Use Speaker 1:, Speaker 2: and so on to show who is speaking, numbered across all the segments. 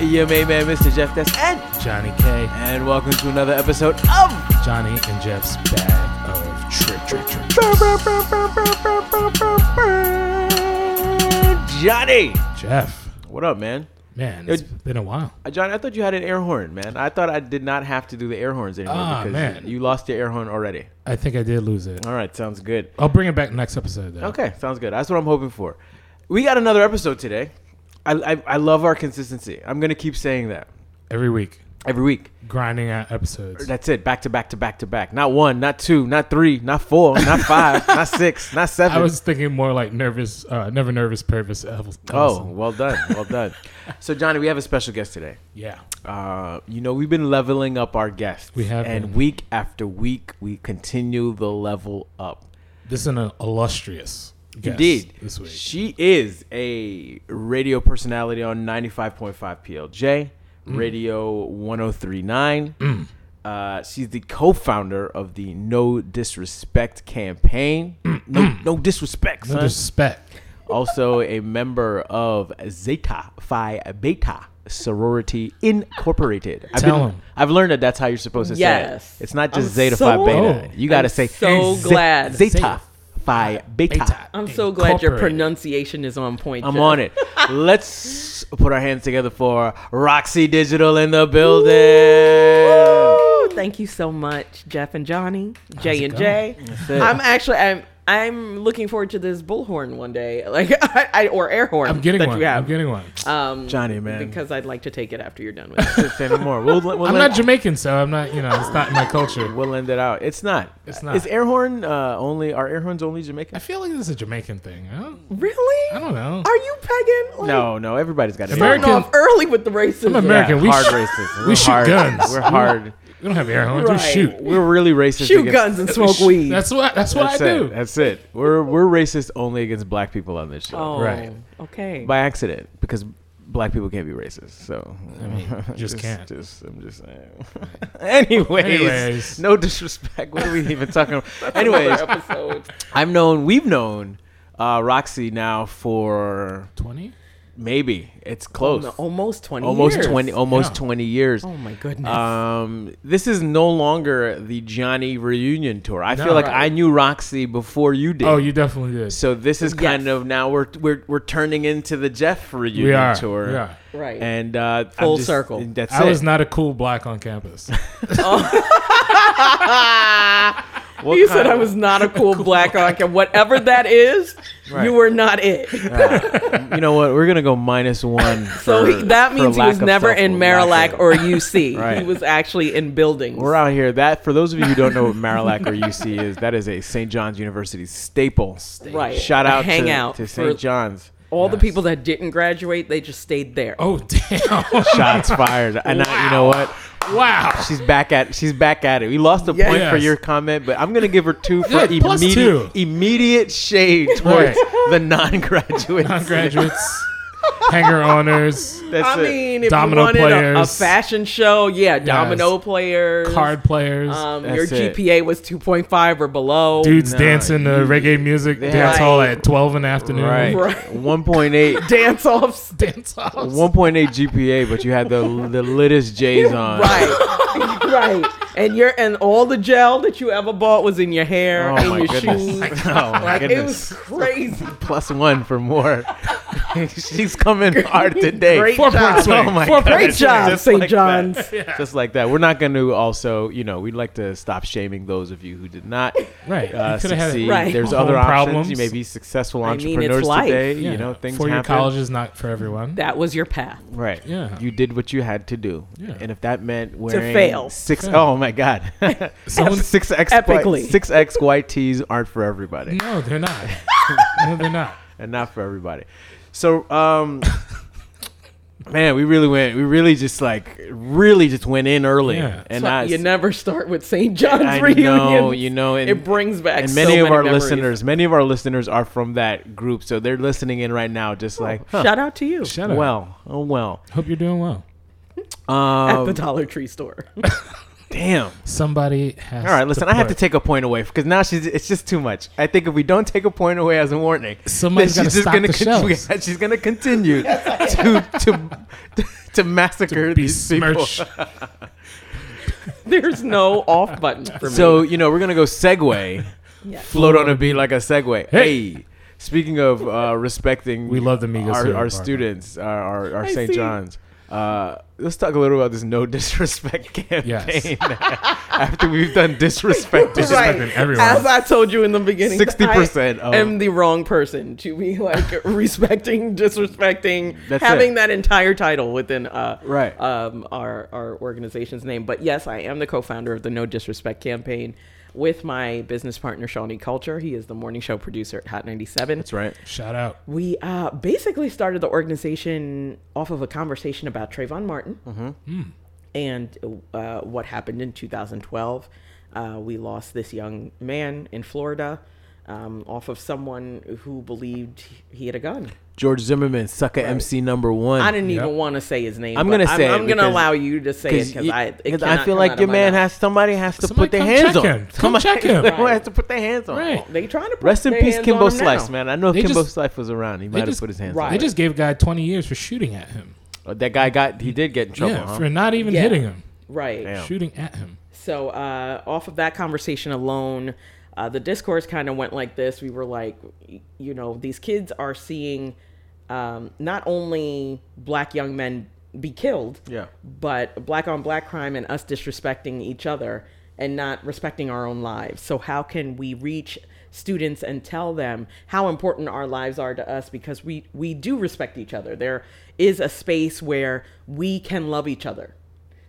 Speaker 1: your main man, Mr. Jeff Test, and
Speaker 2: Johnny K,
Speaker 1: and welcome to another episode of
Speaker 2: Johnny and Jeff's bag of trick, trick, trick.
Speaker 1: Johnny.
Speaker 2: Jeff,
Speaker 1: What up, man?
Speaker 2: man, it's
Speaker 1: Yo-
Speaker 2: been a while.
Speaker 1: Uh, Johnny, I thought you had an air horn, man. I thought I did not have to do the air horns anymore
Speaker 2: Ah,
Speaker 1: because
Speaker 2: man.
Speaker 1: you lost your air horn already.
Speaker 2: I think I did lose it.
Speaker 1: All right, sounds good.
Speaker 2: I'll bring it back next episode. Though.
Speaker 1: Okay, sounds good. That's what I'm hoping for. We got another episode today. I, I, I love our consistency. I'm gonna keep saying that
Speaker 2: Every week,
Speaker 1: every week.
Speaker 2: grinding out episodes.
Speaker 1: That's it. Back to back to back to back. Not one, not two, not three, not four, not five, not six, not seven.
Speaker 2: I was thinking more like nervous, uh, never nervous, purpose. Elvis-
Speaker 1: oh,
Speaker 2: Ellison.
Speaker 1: well done, well done. so Johnny, we have a special guest today.
Speaker 2: yeah.
Speaker 1: Uh, you know, we've been leveling up our guests.
Speaker 2: We have
Speaker 1: and
Speaker 2: been.
Speaker 1: week after week, we continue the level up.
Speaker 2: This is an illustrious. guest
Speaker 1: Indeed.
Speaker 2: this week.
Speaker 1: She is a radio personality on 95.5 PLJ,
Speaker 2: Mm.
Speaker 1: Radio 1039. Uh, she's the co founder of the No Disrespect campaign. No, no disrespect,
Speaker 2: Mm. No
Speaker 1: son.
Speaker 2: respect.
Speaker 1: also a member of Zeta Phi Beta Sorority Incorporated. I've,
Speaker 2: Tell
Speaker 1: been-
Speaker 2: 'em.
Speaker 1: I've learned that that's how you're supposed to
Speaker 3: Yes.
Speaker 1: say it. It's not just
Speaker 3: I'm
Speaker 1: Zeta
Speaker 3: so-
Speaker 1: Phi Beta.
Speaker 2: Oh.
Speaker 1: You got to
Speaker 3: I'm
Speaker 1: say
Speaker 3: so
Speaker 1: Ze-
Speaker 3: glad.
Speaker 1: Zeta Phi Beta.
Speaker 3: I'm so glad your
Speaker 2: Incorporated.
Speaker 3: pronunciation is on point.
Speaker 1: I'm
Speaker 3: Jeff.
Speaker 1: on it. Let's put our hands together for Roxy Digital in the building.
Speaker 3: Woo! Oh, Thank you so much, Jeff and Johnny, J
Speaker 2: it
Speaker 3: and J.
Speaker 1: it.
Speaker 3: I'm actually I'm I'm looking forward to this bullhorn one day, like I, I, or air horn.
Speaker 2: I'm getting
Speaker 3: that
Speaker 2: one.
Speaker 3: You have.
Speaker 2: I'm getting one.
Speaker 3: um,
Speaker 1: Johnny, man.
Speaker 3: because I'd like to take it after you're done with it.
Speaker 1: Can't say no more. We'll, we'll,
Speaker 2: I'm
Speaker 1: let,
Speaker 2: not Jamaican, so I'm not. You know, it's not in my culture.
Speaker 1: we'll end it out. It's not.
Speaker 2: It's not.
Speaker 1: Is air horn uh, only? Are air horns only
Speaker 2: I
Speaker 1: Jamaican?
Speaker 2: feel like this is a Jamaican thing. I don't,
Speaker 3: really?
Speaker 2: I don't know.
Speaker 3: Are you pegging? Like,
Speaker 1: No, no. Everybody's got an air horn.
Speaker 3: starting
Speaker 2: American-
Speaker 3: off early with the racism.
Speaker 2: I'm American.
Speaker 1: Yeah,
Speaker 2: we
Speaker 1: hard
Speaker 2: sh-
Speaker 1: racist. We're
Speaker 2: we shoot
Speaker 1: hard-
Speaker 2: guns.
Speaker 1: We're hard.
Speaker 2: We don't have air horns.
Speaker 3: Right.
Speaker 2: We shoot.
Speaker 1: We're really racist.
Speaker 3: Shoot
Speaker 1: against-
Speaker 3: guns and smoke weed.
Speaker 2: That's what. That's what
Speaker 1: That's
Speaker 2: I
Speaker 1: it.
Speaker 2: do.
Speaker 1: That's it. We're we're racist only against black people on this show
Speaker 3: oh,
Speaker 2: Right.
Speaker 3: Okay.
Speaker 1: by accident because black people can't be racist. So I
Speaker 2: mean, just can't.
Speaker 1: Just I'm just saying. Anyways,
Speaker 2: Anyways.
Speaker 1: no disrespect. What are we even talking about? Anyways,
Speaker 3: Another episode.
Speaker 1: I've known we've known uh, Roxy now for
Speaker 2: Twenty.
Speaker 1: maybe it's close.
Speaker 3: Oh, No, almost twenty.
Speaker 1: Almost
Speaker 3: years.
Speaker 1: twenty, almost
Speaker 2: Yeah.
Speaker 1: twenty years.
Speaker 3: Oh my goodness.
Speaker 1: Um, this is no longer the Johnny reunion tour. I
Speaker 2: No.
Speaker 1: feel like
Speaker 2: Right.
Speaker 1: I knew Roxy before you did.
Speaker 2: Oh, you definitely did.
Speaker 1: so this is kind
Speaker 3: Yes.
Speaker 1: of now we're we're we're turning into the Jeff reunion
Speaker 2: we are.
Speaker 1: tour.
Speaker 2: We are.
Speaker 3: right.
Speaker 1: And uh, I'm
Speaker 3: Full
Speaker 1: just-
Speaker 3: circle.
Speaker 1: That's
Speaker 2: I
Speaker 1: it.
Speaker 2: was not a cool black on campus.
Speaker 1: What
Speaker 3: You
Speaker 1: kind
Speaker 3: said I
Speaker 1: of-
Speaker 3: was not a cool black rock, and whatever that is, you were not it.
Speaker 1: You know what? We're gonna go minus one.
Speaker 3: So
Speaker 1: for-
Speaker 3: he- that
Speaker 1: for
Speaker 3: means he
Speaker 1: lack
Speaker 3: was
Speaker 1: of
Speaker 3: never
Speaker 1: self-
Speaker 3: in
Speaker 1: lack
Speaker 3: Marillac
Speaker 1: of-
Speaker 3: or UC.
Speaker 1: Right.
Speaker 3: He was actually in buildings.
Speaker 1: We're out here. That for those of you who don't know what Marillac or UC is, that is a St. John's University staple.
Speaker 3: Right.
Speaker 1: Shout
Speaker 3: A
Speaker 1: out to-
Speaker 3: hangout
Speaker 1: to
Speaker 3: for-
Speaker 1: St. John's.
Speaker 3: All the people that didn't graduate, they just stayed there.
Speaker 2: oh damn!
Speaker 1: Shots fired. And I, you know what?
Speaker 2: wow.
Speaker 1: She's back at she's back at it. We lost a
Speaker 3: Yes.
Speaker 1: point for
Speaker 2: Yes.
Speaker 1: your comment, but I'm gonna give her two for
Speaker 2: Yeah, plus
Speaker 1: immediate
Speaker 2: two.
Speaker 1: immediate shade towards the non-graduates.
Speaker 2: Graduates, hanger owners,
Speaker 1: That's
Speaker 3: I
Speaker 1: it.
Speaker 3: mean, if
Speaker 2: Domino
Speaker 3: you wanted a, a
Speaker 2: players.
Speaker 3: fashion show, yeah, domino players,
Speaker 2: card players,
Speaker 3: Um,
Speaker 1: That's
Speaker 3: your
Speaker 1: it.
Speaker 3: GPA was 2.5 or below.
Speaker 2: dudes
Speaker 1: no,
Speaker 2: dancing to reggae music,
Speaker 1: They
Speaker 2: dance
Speaker 3: have-
Speaker 2: hall at twelve in the afternoon.
Speaker 1: right.
Speaker 3: Right.
Speaker 1: 1.8.
Speaker 3: Dance offs.
Speaker 2: Dance halls.
Speaker 1: 1.8 GPA, but you had the the littest J's on.
Speaker 3: Right. right. And your and all the gel that you ever bought was in your hair,
Speaker 1: Oh
Speaker 3: in
Speaker 1: my
Speaker 3: your
Speaker 1: goodness.
Speaker 3: shoes.
Speaker 1: Oh my
Speaker 3: Like it
Speaker 1: goodness.
Speaker 3: was crazy.
Speaker 1: Plus one for more. She's coming hard today.
Speaker 3: Great
Speaker 2: Four
Speaker 3: job.
Speaker 2: point swing.
Speaker 1: Oh my
Speaker 2: Four
Speaker 1: God.
Speaker 2: point
Speaker 3: Great
Speaker 2: swing.
Speaker 3: job,
Speaker 1: Just
Speaker 3: St.
Speaker 1: like that.
Speaker 3: John's.
Speaker 1: Just like that. We're not going to also, you know, we'd like to stop shaming those of you who did not
Speaker 2: Right.
Speaker 1: uh,
Speaker 2: You coulda had
Speaker 1: succeed.
Speaker 3: Right.
Speaker 1: There's
Speaker 2: home
Speaker 1: other options.
Speaker 2: problems.
Speaker 1: You may be successful
Speaker 3: I mean, it's
Speaker 1: entrepreneurs
Speaker 3: life.
Speaker 1: today.
Speaker 2: Yeah.
Speaker 1: You know, things
Speaker 2: Four-year
Speaker 1: happen.
Speaker 2: college is not for everyone.
Speaker 3: That was your path.
Speaker 1: Right.
Speaker 2: Yeah.
Speaker 1: You did what you had to do.
Speaker 2: Yeah.
Speaker 1: And if that meant wearing
Speaker 3: fail.
Speaker 1: six
Speaker 2: Fail.
Speaker 1: oh my god.
Speaker 2: Someone-
Speaker 1: six X
Speaker 3: Epically.
Speaker 1: six X white tees aren't for everybody.
Speaker 2: No, they're not. no, they're not.
Speaker 1: And not for everybody. So um Man, we really went. We really just like really just went in early,
Speaker 2: Yeah.
Speaker 1: and
Speaker 3: So
Speaker 1: I,
Speaker 3: you never start with St. John's
Speaker 1: I
Speaker 3: reunion.
Speaker 1: know, you know, and
Speaker 3: it brings back
Speaker 1: and many
Speaker 3: so
Speaker 1: of our
Speaker 3: memories.
Speaker 1: listeners, many of our listeners are from that group, so they're listening in right now, just
Speaker 3: Oh,
Speaker 1: like, huh,
Speaker 3: Shout out to you
Speaker 2: Shut up.
Speaker 1: well, oh well.
Speaker 2: Hope you're doing well.
Speaker 3: at
Speaker 1: Um,
Speaker 3: the Dollar Tree store.
Speaker 1: Damn.
Speaker 2: Somebody has.
Speaker 1: All right, listen, I have to
Speaker 2: put-
Speaker 1: take a point away because now she's it's just too much. I think if we don't take a point away as a warning,
Speaker 2: Somebody's
Speaker 1: then
Speaker 2: gotta stop
Speaker 1: gonna
Speaker 2: the shows.
Speaker 1: con- she's gonna continue to to to massacre these people.
Speaker 2: besmirch.
Speaker 3: There's no off button for me.
Speaker 1: So you know we're gonna go segue, float on a beat like a segue. Hey, speaking of uh, respecting,
Speaker 2: We love the Migos here
Speaker 1: Our,
Speaker 2: at
Speaker 1: our
Speaker 2: Barclays.
Speaker 1: students, our our, our
Speaker 3: I
Speaker 1: St.
Speaker 3: see.
Speaker 1: John's. Uh, let's talk a little about this no disrespect campaign. After we've done disrespect,
Speaker 2: Disrespecting everyone.
Speaker 3: As I told you in the beginning,
Speaker 1: 60%
Speaker 3: I
Speaker 1: of-
Speaker 3: am the wrong person to be like respecting, disrespecting,
Speaker 1: That's
Speaker 3: having
Speaker 1: it.
Speaker 3: that entire title within uh,
Speaker 1: Right.
Speaker 3: um, our our organization's name. But yes, I am the co-founder of the No Disrespect campaign with my business partner Shawnee Culture. He is the morning show producer at Hot 97.
Speaker 1: That's right.
Speaker 2: Shout out.
Speaker 3: We uh, basically started the organization off of a conversation about Trayvon Martin
Speaker 1: Mm-hmm.
Speaker 3: and uh, what happened in 2012. Uh, we lost this young man in Florida um, off of someone who believed he had a gun.
Speaker 1: George Zimmerman, sucker MC number one.
Speaker 3: I didn't even
Speaker 2: Yep.
Speaker 3: want to say his name.
Speaker 1: I'm
Speaker 3: but
Speaker 1: gonna say it
Speaker 3: I'm, I'm going to
Speaker 1: because-
Speaker 3: allow you to say it because
Speaker 1: you-
Speaker 3: I it
Speaker 1: 'cause
Speaker 3: cannot
Speaker 1: I feel
Speaker 3: come
Speaker 1: like
Speaker 3: out
Speaker 1: your
Speaker 3: of my
Speaker 1: man
Speaker 3: mouth.
Speaker 1: has somebody has to
Speaker 2: Somebody
Speaker 1: put their
Speaker 2: come
Speaker 1: hands
Speaker 2: check
Speaker 1: on.
Speaker 2: him. Come
Speaker 1: Somebody-
Speaker 2: check him.
Speaker 1: Someone has to put their hands on.
Speaker 2: Right.
Speaker 3: They trying to put
Speaker 1: Rest in
Speaker 3: their
Speaker 1: peace,
Speaker 3: hands
Speaker 1: Kimbo
Speaker 3: on him
Speaker 1: Slice,
Speaker 3: now.
Speaker 1: man. I know if
Speaker 2: They
Speaker 1: Kimbo
Speaker 2: just-
Speaker 1: Slice was around, he
Speaker 2: They
Speaker 1: might have
Speaker 2: just,
Speaker 1: put his hands
Speaker 3: right.
Speaker 2: they just gave a guy 20 years for shooting at him.
Speaker 1: on. Uh, That guy got he did get in trouble.
Speaker 2: yeah,
Speaker 1: huh?
Speaker 2: for not even
Speaker 3: Yeah.
Speaker 2: hitting him.
Speaker 3: Right.
Speaker 1: Damn.
Speaker 2: Shooting at him.
Speaker 3: So, uh, off of that conversation alone, uh, the discourse kind of went like this. We were like, y- you know, these kids are seeing um, not only black young men be killed,
Speaker 1: Yeah.
Speaker 3: but black on black crime and us disrespecting each other and not respecting our own lives. So, how can we reach students and tell them how important our lives are to us because we, we do respect each other? There is a space where we can love each other.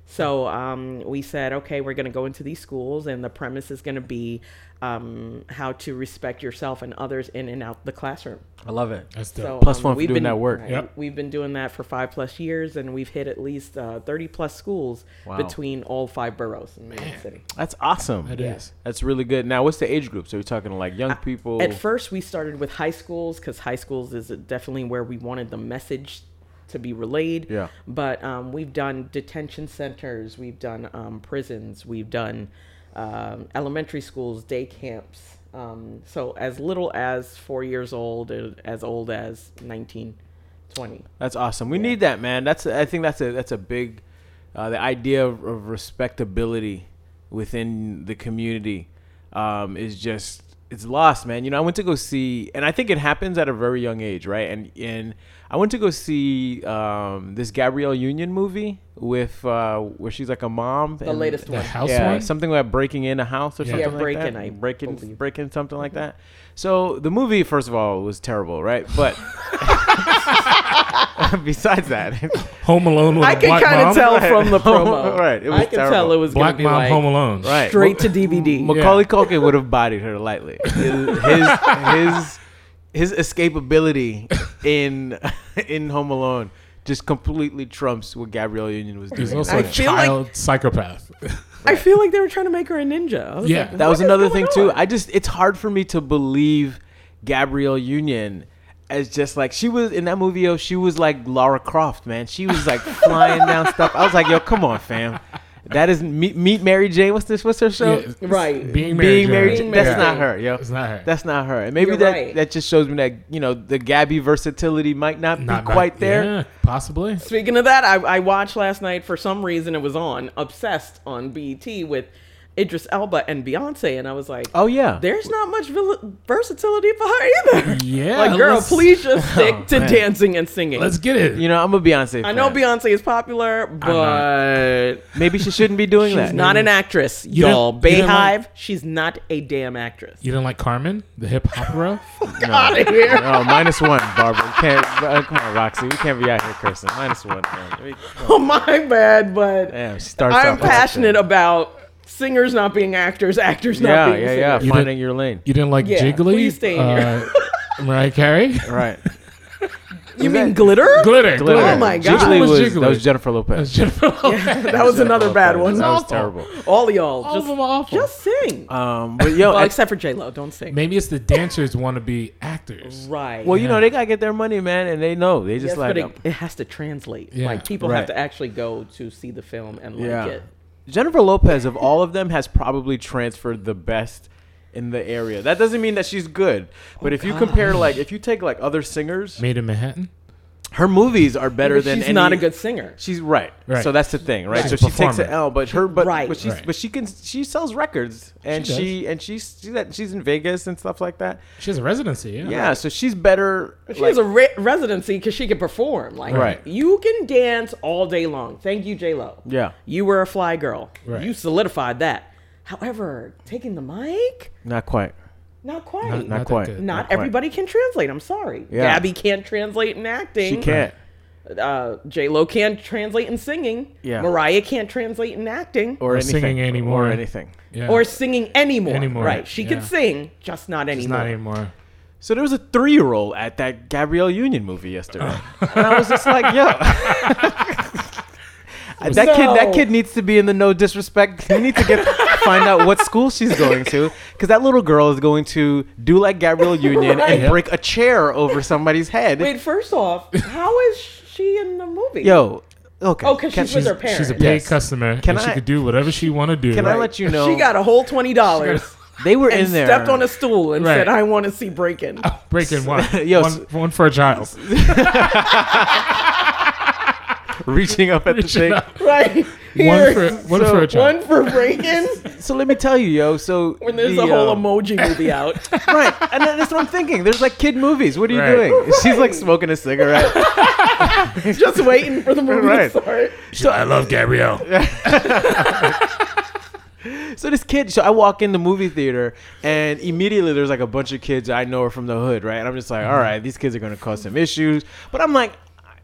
Speaker 3: So um, we said, okay, we're going to go into these schools, and the premise is going to be um, how to respect yourself and others in and out the classroom.
Speaker 1: I love it.
Speaker 2: That's
Speaker 3: So
Speaker 2: dope.
Speaker 1: Plus
Speaker 3: um,
Speaker 1: one for
Speaker 3: we've
Speaker 1: doing
Speaker 3: been-
Speaker 1: that work.
Speaker 3: right,
Speaker 2: Yep.
Speaker 3: We've been doing that for five plus years, and we've hit at least uh, thirty plus schools
Speaker 1: Wow.
Speaker 3: between all five boroughs in New York City.
Speaker 1: That's awesome.
Speaker 2: That is.
Speaker 1: That's really good. Now, what's the age group? So we're talking like young people.
Speaker 3: At first, we started with high schools because high schools is definitely where we wanted the message to be relayed.
Speaker 1: Yeah.
Speaker 3: But um, we've done detention centers, we've done um, prisons, we've done um, elementary schools, day camps. Um, so as little as four years old, and as old as 19, 20.
Speaker 1: That's awesome. We need that, man. That's I think that's a that's a big uh, the idea of, of respectability within the community um, is just it's lost, man. You know, I went to go see, and I think it happens at a very young age, right? And and I went to go see um, this Gabrielle Union movie with uh, where she's like a mom.
Speaker 3: The latest
Speaker 2: The
Speaker 3: one.
Speaker 2: house
Speaker 1: yeah,
Speaker 2: one?
Speaker 1: something like breaking in a house or
Speaker 2: Yeah.
Speaker 1: something
Speaker 3: Yeah,
Speaker 1: like
Speaker 3: breaking,
Speaker 1: that.
Speaker 3: I
Speaker 1: breaking,
Speaker 3: believe.
Speaker 1: breaking something like that. So the movie, first of all, was terrible, right? But besides that,
Speaker 2: Home Alone with
Speaker 3: I
Speaker 2: a black
Speaker 3: can kind
Speaker 2: mom.
Speaker 3: of tell from the promo.
Speaker 1: Right, it was
Speaker 3: I can
Speaker 1: terrible.
Speaker 3: tell it was going
Speaker 2: Black
Speaker 3: to be
Speaker 2: mom
Speaker 3: like
Speaker 2: Home Alone.
Speaker 1: right?
Speaker 3: straight to DVD.
Speaker 1: Macaulay Culkin would have bodied her lightly. His his his, his escapability in in Home Alone just completely trumps what Gabrielle Union was
Speaker 2: He's
Speaker 1: doing.
Speaker 2: also
Speaker 3: I
Speaker 2: a
Speaker 3: feel like-
Speaker 2: child psychopath.
Speaker 3: I feel like they were trying to make her a ninja. I was
Speaker 2: Yeah.
Speaker 3: like,
Speaker 1: that was
Speaker 3: what is
Speaker 1: another
Speaker 3: going
Speaker 1: thing too.
Speaker 3: on?
Speaker 1: I just it's hard for me to believe Gabrielle Union as just like she was in that movie. Yo, she was like Lara Croft, man. She was like flying down stuff. I was like, yo, come on, fam. That is meet, meet Mary Jane. What's this? What's her show?
Speaker 2: Yeah.
Speaker 3: Right.
Speaker 2: Being Mary
Speaker 1: Being Mary
Speaker 2: Jane.
Speaker 1: Jane.
Speaker 3: Being
Speaker 1: That's
Speaker 3: Mary
Speaker 1: not
Speaker 3: Jane.
Speaker 1: her, yo.
Speaker 2: It's not her.
Speaker 1: That's not her. And maybe
Speaker 3: You're
Speaker 1: that
Speaker 3: right.
Speaker 1: that just shows me that you know the Gabby versatility might not, be quite there.
Speaker 2: Yeah, possibly.
Speaker 3: Speaking of that, I, I watched last night for some reason it was on Obsessed on BET with Idris Elba and Beyonce, and I was like,
Speaker 1: Oh yeah.
Speaker 3: there's not much vil- versatility for her either.
Speaker 2: Yeah,
Speaker 3: like girl,
Speaker 2: let's-
Speaker 3: please just stick to
Speaker 1: Oh, man.
Speaker 3: dancing and singing.
Speaker 2: Let's get it.
Speaker 1: you know, I'm a Beyonce.
Speaker 3: I know
Speaker 1: fan.
Speaker 3: Beyonce is popular, but
Speaker 1: Maybe she shouldn't be doing
Speaker 3: she's
Speaker 1: that.
Speaker 3: not an actress,
Speaker 2: You don't-
Speaker 3: y'all.
Speaker 2: you don't like-
Speaker 3: Bayhive, she's not a damn actress.
Speaker 2: You didn't like Carmen, the hip opera?
Speaker 3: Out of here.
Speaker 1: Oh, minus one, Barbara. We can't, uh, come on, Roxy. We can't be out here cursing. Minus one. Man. We-
Speaker 3: Oh my bad, but
Speaker 1: Damn, she starts
Speaker 3: I'm
Speaker 1: off like
Speaker 3: passionate
Speaker 1: that.
Speaker 3: about singers not being actors, actors not
Speaker 1: Yeah,
Speaker 3: being
Speaker 1: yeah,
Speaker 3: singers.
Speaker 1: yeah.
Speaker 2: You
Speaker 1: Finding
Speaker 2: did-
Speaker 1: your lane.
Speaker 2: You didn't like
Speaker 3: Yeah,
Speaker 2: Jiggly?
Speaker 3: please stay in here.
Speaker 2: Uh, Mariah Carey?
Speaker 1: Right. that-
Speaker 3: You mean glitter?
Speaker 2: Glitter.
Speaker 1: Glitter.
Speaker 3: Oh my God.
Speaker 1: Jiggly
Speaker 2: Jiggly was
Speaker 1: was,
Speaker 2: Jiggly.
Speaker 1: That was Jennifer Lopez.
Speaker 2: Jennifer
Speaker 3: That was another
Speaker 1: Jennifer
Speaker 3: bad
Speaker 1: Lopez.
Speaker 3: one.
Speaker 1: That was
Speaker 2: Awful.
Speaker 1: terrible.
Speaker 3: All y'all,
Speaker 2: All of
Speaker 3: just
Speaker 2: them are awful.
Speaker 3: just sing.
Speaker 1: Um, but yo,
Speaker 3: well,
Speaker 1: at-
Speaker 3: except for J Lo, don't sing.
Speaker 2: Maybe it's the dancers want to be actors.
Speaker 3: Right.
Speaker 1: well, you know they gotta get their money, man, and they know they just
Speaker 3: yes,
Speaker 1: like um,
Speaker 3: but it, it has to translate.
Speaker 2: Yeah.
Speaker 3: Like people
Speaker 1: Right.
Speaker 3: have to actually go to see the film and like
Speaker 1: Yeah.
Speaker 3: it.
Speaker 1: Jennifer Lopez of all of them has probably transferred the best in the area. That doesn't mean that she's good,
Speaker 3: Oh
Speaker 1: but if you compare like if you take like other singers,
Speaker 2: Made in Manhattan.
Speaker 1: her movies are better
Speaker 3: She's
Speaker 1: than any,
Speaker 3: not a good singer.
Speaker 1: She's right.
Speaker 2: Right.
Speaker 1: So that's the thing, right?
Speaker 2: She's
Speaker 1: So
Speaker 2: a
Speaker 1: she takes an
Speaker 2: performer.
Speaker 1: L, but her but
Speaker 3: Right.
Speaker 1: but she's
Speaker 2: Right.
Speaker 1: but she can she sells records and
Speaker 2: She
Speaker 1: she,
Speaker 2: does.
Speaker 1: and she's she's at, she's in Vegas and stuff like that.
Speaker 2: She has a residency. Yeah.
Speaker 1: Yeah, so she's better.
Speaker 3: She
Speaker 1: like-
Speaker 3: has a re- residency because she can perform. Like
Speaker 1: Right.
Speaker 3: you can dance all day long. Thank you, J Lo.
Speaker 1: Yeah.
Speaker 3: you were a fly girl.
Speaker 2: Right.
Speaker 3: You solidified that. However, taking the mic,
Speaker 1: not quite.
Speaker 3: not quite.
Speaker 2: Not-
Speaker 3: Not,
Speaker 1: Not,
Speaker 2: that
Speaker 1: quite.
Speaker 2: good.
Speaker 1: not quite.
Speaker 3: everybody can translate. I'm sorry.
Speaker 1: Yeah.
Speaker 3: Gabby can't translate in acting.
Speaker 1: She can't.
Speaker 3: Uh, J Lo can't translate in singing.
Speaker 1: Yeah.
Speaker 3: Mariah can't translate in acting or,
Speaker 1: Or,
Speaker 2: Or
Speaker 1: anything.
Speaker 2: singing anymore.
Speaker 1: Or anything.
Speaker 2: Yeah.
Speaker 3: singing anymore.
Speaker 2: Anymore,
Speaker 3: Right. She
Speaker 2: yeah.
Speaker 3: can sing, just not
Speaker 2: It's
Speaker 3: anymore.
Speaker 2: not anymore.
Speaker 1: So there was a three year old at that Gabrielle Union movie yesterday. and I was just like, yo. that kid that
Speaker 3: No.
Speaker 1: kid needs to be in the no disrespect. He needs to get find out what school she's going to. Because that little girl is going to do like Gabrielle Union
Speaker 3: Right.
Speaker 1: and break a chair over somebody's head.
Speaker 3: Wait, first off, how is she in the movie?
Speaker 1: Yo, okay.
Speaker 3: Oh, 'cause she's with
Speaker 2: She's,
Speaker 3: her
Speaker 2: she's a
Speaker 3: parents.
Speaker 2: paid
Speaker 1: Yes.
Speaker 2: customer.
Speaker 1: Can
Speaker 2: and she
Speaker 1: I-
Speaker 2: could do whatever she want to do.
Speaker 1: Can I let you know
Speaker 3: She got a whole twenty dollars.
Speaker 1: they were
Speaker 3: and
Speaker 1: in there
Speaker 3: stepped on a stool and
Speaker 2: Right.
Speaker 3: said, "I want to see Breaking."
Speaker 2: break in one?
Speaker 1: Yo,
Speaker 2: one, one for a child.
Speaker 1: reaching up at the thing.
Speaker 3: right
Speaker 2: One
Speaker 3: here.
Speaker 2: for one
Speaker 1: So-
Speaker 2: for a child.
Speaker 3: One for Breaking.
Speaker 1: So let me tell you, yo. So
Speaker 3: when there's
Speaker 1: the,
Speaker 3: a whole
Speaker 1: um,
Speaker 3: emoji movie out.
Speaker 1: right, and then that's what I'm thinking. There's like kid movies. What are you
Speaker 2: Right.
Speaker 1: doing? She's like smoking a cigarette.
Speaker 3: just waiting for the movie
Speaker 1: Right.
Speaker 3: to start.
Speaker 2: So I love Gabrielle.
Speaker 1: So this kid, so I walk in the movie theater, and immediately there's like a bunch of kids I know are from the hood, right? And I'm just
Speaker 2: Mm-hmm.
Speaker 1: like, all right, these kids are gonna cause some issues, but I'm like,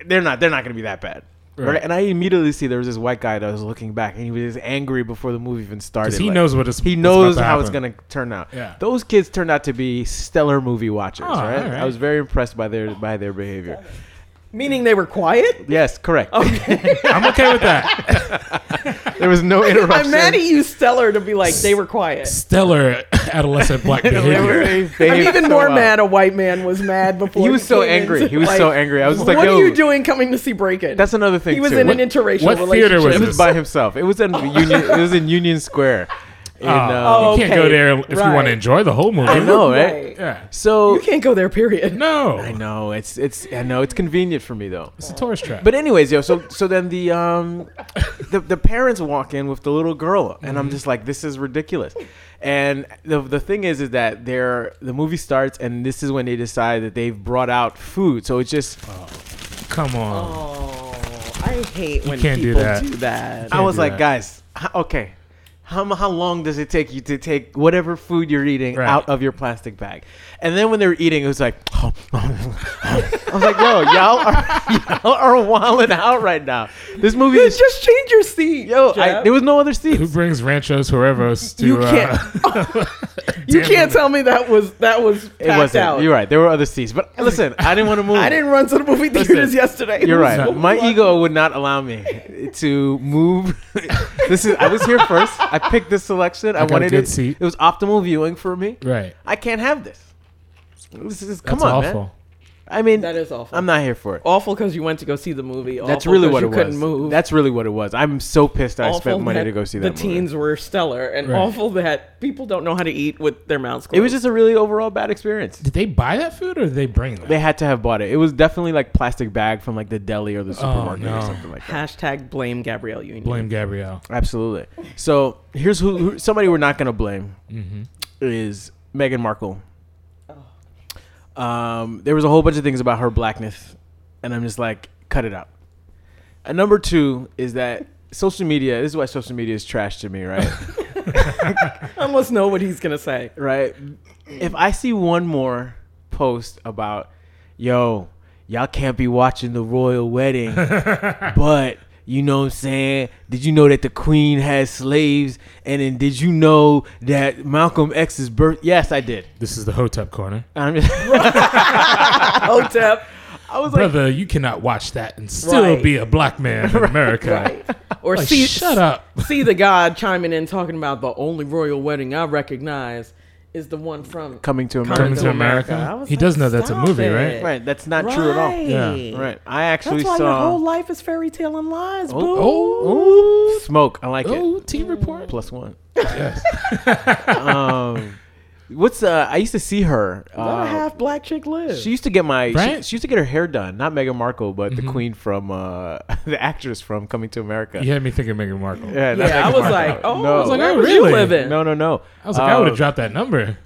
Speaker 1: they're not, they're not gonna be that bad. Right.
Speaker 2: Right.
Speaker 1: And I immediately see there was this white guy that was looking back, and he was angry before the movie even started.
Speaker 2: he
Speaker 1: like,
Speaker 2: knows what it's-
Speaker 1: he
Speaker 2: what's
Speaker 1: knows
Speaker 2: about to
Speaker 1: how it's
Speaker 2: happen.
Speaker 1: gonna turn out.
Speaker 2: Yeah.
Speaker 1: Those kids turned out to be stellar movie watchers.
Speaker 2: Oh,
Speaker 1: right?
Speaker 2: all right.
Speaker 1: I was very impressed by their by their behavior.
Speaker 3: Meaning they were quiet.
Speaker 1: Yes, correct.
Speaker 2: I'm okay with that.
Speaker 1: there was no
Speaker 3: I'm
Speaker 1: interruption.
Speaker 3: mad at you, Stellar, to be like they were quiet.
Speaker 2: Stellar adolescent black
Speaker 1: They were-
Speaker 2: behavior.
Speaker 1: they
Speaker 3: I'm
Speaker 1: behaved
Speaker 3: even
Speaker 1: so
Speaker 3: more
Speaker 1: well.
Speaker 3: mad. A white man was mad before
Speaker 1: He was so
Speaker 3: came in
Speaker 1: angry.
Speaker 3: to-
Speaker 1: He was so angry. I was just like,
Speaker 3: "What
Speaker 1: yo."
Speaker 3: are you doing coming to see Breaking?"
Speaker 1: That's another thing.
Speaker 3: he was
Speaker 1: too.
Speaker 3: in
Speaker 1: What-
Speaker 3: an interracial
Speaker 2: what
Speaker 3: relationship.
Speaker 2: theater was
Speaker 1: It
Speaker 2: this?
Speaker 1: was by himself. It was in Union. It was in Union Square. In, um,
Speaker 2: Oh, you can't go
Speaker 3: okay,
Speaker 2: there if you want
Speaker 3: right.
Speaker 2: to enjoy the whole movie.
Speaker 1: I know, right?
Speaker 3: Right.
Speaker 2: Yeah.
Speaker 1: So
Speaker 3: You can't go there. Period.
Speaker 2: No.
Speaker 1: I know it's it's I know it's convenient for me though.
Speaker 2: It's a tourist trap.
Speaker 1: But anyways, yo, so so then the um the, the parents walk in with the little girl and
Speaker 3: Mm-hmm.
Speaker 1: I'm just like this is ridiculous. And the the thing is is that they're the movie starts and this is when they decide that they've brought out food. So it's just
Speaker 2: come on.
Speaker 3: Oh, I hate when
Speaker 2: can't do
Speaker 3: people
Speaker 2: that.
Speaker 3: do that.
Speaker 1: I was
Speaker 2: do
Speaker 1: like,
Speaker 2: that.
Speaker 1: guys, h- okay, how, how long does it take you to take whatever food you're eating
Speaker 2: Right.
Speaker 1: out of your plastic bag? And then when they were eating, it was like, I was like, yo, y'all are, y'all are wilding out right now. This movie is.
Speaker 3: Just change your seat.
Speaker 1: Yo, I,
Speaker 3: Jeff.
Speaker 1: there was no other
Speaker 2: Who
Speaker 1: seats.
Speaker 2: brings Ranchos Huevos to
Speaker 3: You
Speaker 2: uh,
Speaker 3: you
Speaker 2: damn
Speaker 3: can't
Speaker 2: it.
Speaker 3: tell me that was that was
Speaker 1: It
Speaker 3: packed
Speaker 1: wasn't.
Speaker 3: out.
Speaker 1: You're right. There were other seats. But listen, I didn't want to move.
Speaker 3: I didn't run to the movie
Speaker 1: Listen,
Speaker 3: theaters yesterday.
Speaker 1: You're
Speaker 3: It was
Speaker 1: right.
Speaker 3: so
Speaker 1: My e-
Speaker 3: lucky.
Speaker 1: ego would not allow me to move. this is. I was here first. I picked this selection. I,
Speaker 2: got a
Speaker 1: wanted
Speaker 2: good
Speaker 1: it.
Speaker 2: seat.
Speaker 1: It was optimal viewing for me.
Speaker 2: Right.
Speaker 1: I can't have this. This is come
Speaker 2: That's
Speaker 1: on,
Speaker 2: awful.
Speaker 1: man. I mean,
Speaker 3: That is awful.
Speaker 1: I'm not here for it.
Speaker 3: awful because you went to go see the movie.
Speaker 1: That's
Speaker 3: awful
Speaker 1: really
Speaker 3: 'cause
Speaker 1: what
Speaker 3: you
Speaker 1: it was.
Speaker 3: Couldn't move.
Speaker 1: That's really what it was. I'm so pissed. I
Speaker 3: awful
Speaker 1: spent money
Speaker 3: that
Speaker 1: to go see
Speaker 3: The
Speaker 1: that movie.
Speaker 3: teens were stellar, and
Speaker 2: Right.
Speaker 3: awful that people don't know how to eat with their mouths closed.
Speaker 1: It was just a really overall bad experience.
Speaker 2: Did they buy that food or did they bring that?
Speaker 1: They had to have bought it. It was definitely like plastic bag from like the deli or the supermarket
Speaker 2: Oh, no.
Speaker 1: or something like that.
Speaker 3: hashtag blame Gabrielle Union.
Speaker 2: Blame Gabrielle.
Speaker 1: Absolutely. So here's who, who somebody we're not gonna blame is Meghan Markle. Um, there was a whole bunch of things about her blackness, and I'm just like, cut it out. And number two is that social media. This is why social media is trash to me, right?
Speaker 3: I must know what he's gonna say.
Speaker 1: right? If I see one more post about, yo, y'all can't be watching the royal wedding, but you know what I'm saying? Did you know that the queen has slaves? And then did you know that Malcolm X's birth? Yes, I did.
Speaker 2: This is the Hotep corner.
Speaker 1: I'm just-
Speaker 3: Oh, Hotep,
Speaker 1: I was like,
Speaker 2: Brother, you cannot watch that and still
Speaker 3: Right.
Speaker 2: be a black man in America.
Speaker 3: right? Or
Speaker 2: Like,
Speaker 3: see,
Speaker 2: shut up.
Speaker 3: See the god chiming in, talking about the only royal wedding I recognize is the one from
Speaker 1: Coming to America.
Speaker 2: Coming to America.
Speaker 3: I was
Speaker 2: He
Speaker 3: like,
Speaker 2: does know that's a
Speaker 3: "Stop
Speaker 2: movie, right?
Speaker 3: it."
Speaker 1: Right, that's not true at all.
Speaker 2: Yeah.
Speaker 1: Right, I actually
Speaker 3: That's why your whole
Speaker 1: saw
Speaker 3: life is fairy tale and lies, boo.
Speaker 2: Oh,
Speaker 1: Smoke. I like
Speaker 2: oh,
Speaker 1: it.
Speaker 2: oh, team report.
Speaker 1: Plus one.
Speaker 2: Yes.
Speaker 1: Um, what's uh? I used to see her.
Speaker 3: Let a
Speaker 1: uh,
Speaker 3: half black chick live.
Speaker 1: She used to get my she,
Speaker 2: Right? Mm-hmm.
Speaker 1: she used to get her hair done, not Meghan Markle, but the queen from uh, the actress from Coming to America.
Speaker 2: You had me thinking Meghan Markle.
Speaker 1: yeah, not
Speaker 3: yeah, I
Speaker 1: Meghan
Speaker 3: was
Speaker 1: Markle.
Speaker 3: like, oh,
Speaker 1: No.
Speaker 3: I was like,
Speaker 2: I
Speaker 3: where
Speaker 2: was
Speaker 3: was
Speaker 2: like,
Speaker 3: you
Speaker 2: oh, really?
Speaker 3: living?
Speaker 1: No, no, no.
Speaker 2: I was like, I would have
Speaker 1: Uh,
Speaker 2: dropped that number.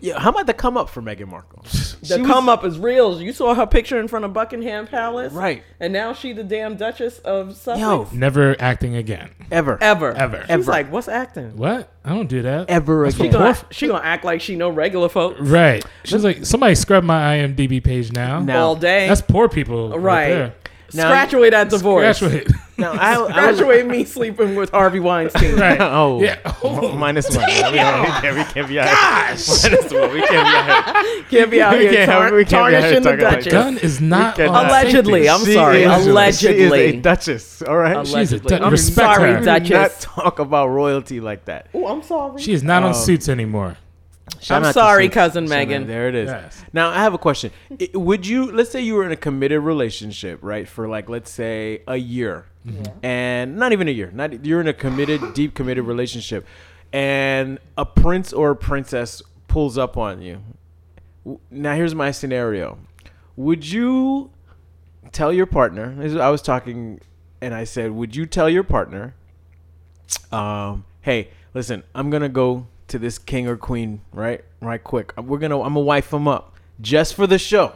Speaker 1: yeah, how about the come up for Meghan Markle?
Speaker 3: The come up is real. You saw her picture in front of Buckingham Palace,
Speaker 1: Right.
Speaker 3: And now she the damn Duchess of Sussex.
Speaker 1: Yo,
Speaker 2: Never acting again.
Speaker 1: ever,
Speaker 3: ever,
Speaker 2: Ever.
Speaker 3: She's
Speaker 1: Ever.
Speaker 3: like, what's acting?
Speaker 2: What? I don't do that.
Speaker 1: ever
Speaker 3: She
Speaker 1: again.
Speaker 3: gonna she gonna act like she know regular folk
Speaker 2: Right. She's like, somebody scrub my IMDb page now.
Speaker 1: Now-
Speaker 3: all day.
Speaker 2: That's poor people.
Speaker 3: Right.
Speaker 2: Right.
Speaker 1: Now-
Speaker 3: Scratch away that divorce.
Speaker 2: That's
Speaker 3: Scratch,
Speaker 2: right.
Speaker 1: Now, I, I was,
Speaker 3: away me sleeping with Harvey Weinstein.
Speaker 2: right.
Speaker 1: oh,
Speaker 2: Yeah.
Speaker 1: M- minus one. We can't, we can't be out here. Minus one. We can't be out here.
Speaker 3: Can't be out
Speaker 1: We
Speaker 3: here
Speaker 1: can't have-
Speaker 3: tar-
Speaker 1: we can't be out here
Speaker 3: tarnishing the
Speaker 1: talking like
Speaker 3: Duchess.
Speaker 1: that.
Speaker 2: Gun is not
Speaker 1: We
Speaker 2: on
Speaker 1: cannot-
Speaker 3: Allegedly, I'm
Speaker 1: She
Speaker 3: sorry.
Speaker 1: is-
Speaker 3: Allegedly.
Speaker 1: She is a duchess, all right?
Speaker 2: safety. She's a
Speaker 3: Allegedly.
Speaker 2: du-
Speaker 3: I'm
Speaker 2: respect
Speaker 3: sorry,
Speaker 2: her.
Speaker 3: Dutch.
Speaker 1: Do not
Speaker 3: duchess.
Speaker 1: talk about royalty like that.
Speaker 3: Oh, I'm sorry.
Speaker 2: She is not on suits anymore.
Speaker 1: Shout
Speaker 3: I'm
Speaker 1: out to
Speaker 3: sorry,
Speaker 1: Suits.
Speaker 3: cousin
Speaker 1: Shout out-
Speaker 3: Megan.
Speaker 1: There it is.
Speaker 2: Yes.
Speaker 1: Now I have a question. I- Would you, let's say you were in a committed relationship, right, for like let's say a year, and not even a year, not you're in a committed, deep committed relationship, and a prince or a princess pulls up on you. W- Now here's my scenario. Would you tell your partner? this is- I was talking, and I said, would you tell your partner? um, hey, listen, I'm gonna go to this king or queen, right? Right quick. Uh, We're gonna I'm gonna wife them up just for the show,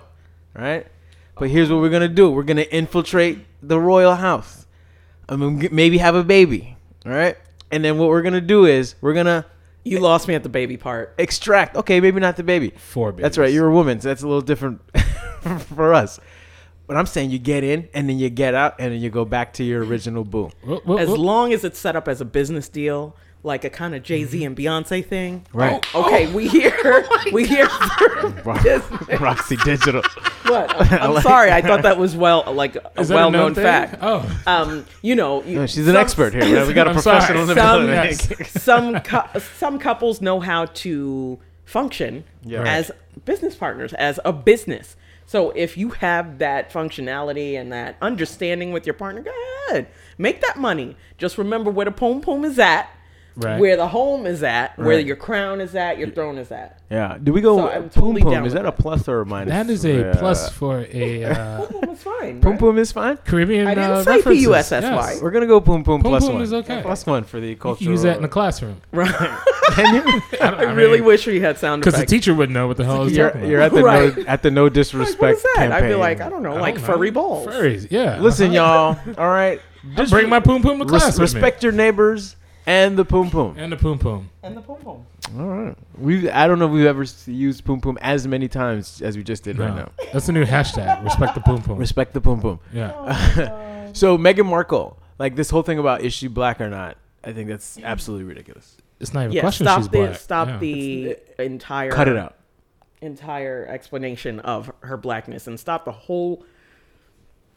Speaker 1: right? But here's what we're gonna do: we're gonna infiltrate the royal house. I'm gonna get- maybe have a baby, all right? And then what we're gonna do is we're gonna
Speaker 3: you lost me at the baby part.
Speaker 1: extract. Okay, maybe not the baby.
Speaker 2: Four babies.
Speaker 1: That's right. You're a woman, so that's a little different for us. But I'm saying you get in and then you get out and then you go back to your original boo.
Speaker 2: Whoa, whoa,
Speaker 3: As
Speaker 2: whoa.
Speaker 3: long as it's set up as a business deal, like a kind of Jay Z and Beyonce thing.
Speaker 1: Right.
Speaker 3: Okay, we hear we hear
Speaker 1: Roxy Digital.
Speaker 3: what? I'm sorry, I thought that was well like a
Speaker 2: Is that a
Speaker 3: well known
Speaker 2: thing?
Speaker 3: fact.
Speaker 2: Oh.
Speaker 3: Um, you know, you,
Speaker 1: No, she's an expert here. man. We got a
Speaker 2: I'm sorry.
Speaker 1: professional in the middle
Speaker 3: Some
Speaker 1: of it.
Speaker 2: Yes.
Speaker 3: some cou- some couples know how to function
Speaker 1: Yeah. Right.
Speaker 3: as business partners, as a business. So if you have that functionality and that understanding with your partner, go ahead, make that money. Just remember where the poem poem is at,
Speaker 2: Right.
Speaker 3: where the home is at, where
Speaker 1: Right.
Speaker 3: your crown is at, your throne is at.
Speaker 1: Yeah. Do we go
Speaker 3: So I'm
Speaker 1: Poom
Speaker 3: totally
Speaker 1: Poom?
Speaker 3: down
Speaker 1: Is
Speaker 3: with
Speaker 1: that a
Speaker 3: that.
Speaker 1: plus or a minus?
Speaker 2: That is a
Speaker 1: Yeah.
Speaker 2: plus for a uh,
Speaker 3: Poem was fine.
Speaker 1: Poom
Speaker 3: right?
Speaker 1: Poom is fine.
Speaker 2: Caribbean.
Speaker 3: I didn't
Speaker 2: uh,
Speaker 3: say
Speaker 2: references.
Speaker 3: P-U-S-S-Y.
Speaker 2: Yes.
Speaker 1: We're gonna go Poom Poom,
Speaker 2: Poom
Speaker 1: plus
Speaker 2: Poom
Speaker 1: one.
Speaker 2: is okay.
Speaker 1: Plus one for the culture.
Speaker 2: You use that in the classroom
Speaker 3: I really wish we had sound
Speaker 2: because the
Speaker 3: effects.
Speaker 2: teacher wouldn't know what the hell is
Speaker 1: You're,
Speaker 2: talking
Speaker 1: you're
Speaker 2: about.
Speaker 1: at the
Speaker 3: Right.
Speaker 1: no, at the no disrespect
Speaker 3: like, what is that?
Speaker 1: campaign.
Speaker 3: I'd be like, I don't know, like
Speaker 2: don't know.
Speaker 3: furry balls.
Speaker 2: Furries. Yeah. Uh-huh.
Speaker 1: Listen, y'all. All right. Just
Speaker 2: Bring my poom poom to
Speaker 1: res-
Speaker 2: class. with me.
Speaker 1: respect your neighbors and the Poom Poom.
Speaker 2: and the poom poom.
Speaker 3: And the poem poem.
Speaker 1: All right. We I don't know if we've ever s- used Poom Poom as many times as we just did right
Speaker 2: No,
Speaker 1: now.
Speaker 2: that's a new hashtag. Respect the poom poom.
Speaker 1: Respect the Poom Poom.
Speaker 2: Yeah.
Speaker 1: So Meghan Markle, like this whole thing about is she black or not? I think that's absolutely ridiculous.
Speaker 2: It's not even a
Speaker 3: Yeah,
Speaker 2: question.
Speaker 3: stop
Speaker 2: she's
Speaker 3: the
Speaker 2: black.
Speaker 3: stop
Speaker 2: Yeah.
Speaker 3: the entire
Speaker 1: Cut it out.
Speaker 3: entire explanation of her blackness and stop the whole.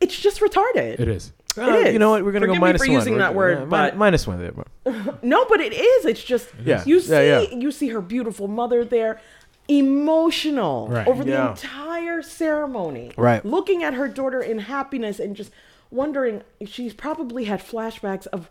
Speaker 3: It's just retarded.
Speaker 2: It is.
Speaker 1: Uh, You know what? We're gonna
Speaker 3: Forgive
Speaker 1: go
Speaker 3: me
Speaker 1: minus
Speaker 3: for
Speaker 1: one.
Speaker 3: using
Speaker 1: We're
Speaker 3: that
Speaker 1: gonna-
Speaker 3: word,
Speaker 1: yeah, mi-
Speaker 3: but-
Speaker 1: minus one there. bro.
Speaker 3: No, but it is. It's just
Speaker 1: Yeah.
Speaker 3: you see
Speaker 1: Yeah, yeah.
Speaker 3: you see her beautiful mother there, emotional
Speaker 2: Right.
Speaker 3: over the
Speaker 1: Yeah.
Speaker 3: entire ceremony.
Speaker 1: Right.
Speaker 3: Looking at her daughter in happiness and just wondering she's probably had flashbacks of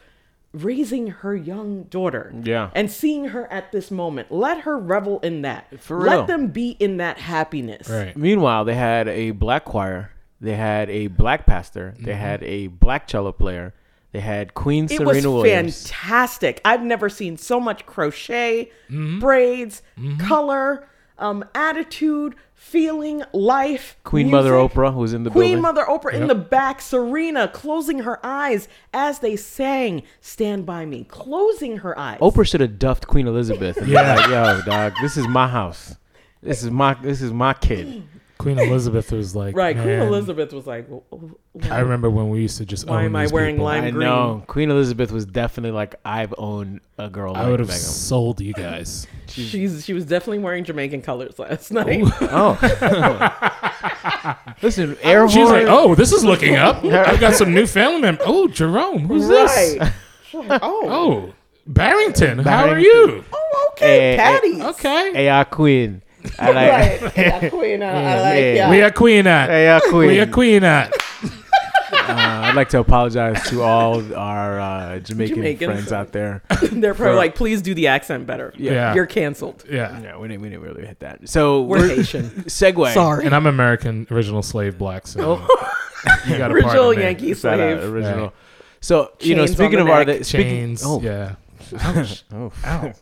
Speaker 3: raising her young daughter.
Speaker 1: Yeah.
Speaker 3: And seeing her at this moment. Let her revel in that.
Speaker 1: For real.
Speaker 3: Let them be in that happiness.
Speaker 2: Right.
Speaker 1: Meanwhile, they had a black choir. They had a black pastor. They had a black cello player. They had Queen
Speaker 3: It
Speaker 1: Serena
Speaker 3: was
Speaker 1: Williams.
Speaker 3: fantastic. I've never seen so much crochet,
Speaker 1: Mm-hmm.
Speaker 3: braids, color, um, attitude, feeling, life.
Speaker 1: Queen
Speaker 3: music.
Speaker 1: Mother Oprah who was in the
Speaker 3: Queen
Speaker 1: building.
Speaker 3: Mother Oprah in the back, Serena closing her eyes as they sang "Stand by Me," closing her eyes.
Speaker 1: Oprah should have duffed Queen Elizabeth. And yeah. Like, Yo, dog, this is my house. This is my this is my kid.
Speaker 2: Queen Elizabeth was like
Speaker 3: right? Queen
Speaker 2: "Man,
Speaker 3: Elizabeth was like, "Wh- wh-
Speaker 2: I remember when we used to just.
Speaker 3: "Why
Speaker 2: own
Speaker 3: am I
Speaker 2: these
Speaker 3: wearing
Speaker 2: people.
Speaker 3: lime
Speaker 1: I
Speaker 3: green?"
Speaker 1: know Queen Elizabeth was definitely like I've owned a girl.
Speaker 2: I
Speaker 1: like
Speaker 2: would have
Speaker 1: Meghan.
Speaker 2: sold you guys.
Speaker 3: She's she was definitely wearing Jamaican colors last night.
Speaker 1: Oh. Listen, air
Speaker 2: She's
Speaker 1: horn.
Speaker 2: like, oh, this is looking up. I've got some new family member. Oh, Jerome, who's this?
Speaker 3: Right. oh,
Speaker 2: Oh, Barrington, how are you?
Speaker 3: oh, Okay,
Speaker 1: Eh, eh,
Speaker 3: Patty.
Speaker 2: Okay.
Speaker 1: AI Queen. I like
Speaker 3: Right. Yeah, queen. I, I like
Speaker 1: yeah.
Speaker 3: yeah.
Speaker 2: We are queen at.
Speaker 1: AI
Speaker 2: We are
Speaker 1: uh, Queen.
Speaker 2: queen at.
Speaker 1: I'd like to apologize to all our uh, Jamaican,
Speaker 3: Jamaican
Speaker 1: friends out there.
Speaker 3: They're probably like, please do the accent better.
Speaker 2: Yeah.
Speaker 3: You're canceled.
Speaker 2: Yeah.
Speaker 1: Yeah, we didn't, we didn't really hit that. So
Speaker 3: We're
Speaker 1: we're
Speaker 3: Haitian.
Speaker 1: segue.
Speaker 3: Sorry. Oh.
Speaker 2: And I'm American original slave black, so you got to
Speaker 3: Original
Speaker 2: pardon me.
Speaker 3: Yankee
Speaker 1: It's not uh,
Speaker 3: slave.
Speaker 1: original. So you know,
Speaker 3: Chains on
Speaker 1: speaking
Speaker 3: the
Speaker 1: of our
Speaker 3: neck.
Speaker 1: speaking,
Speaker 2: Chains.
Speaker 1: oh,
Speaker 2: Yeah.
Speaker 1: oh,
Speaker 2: Ow.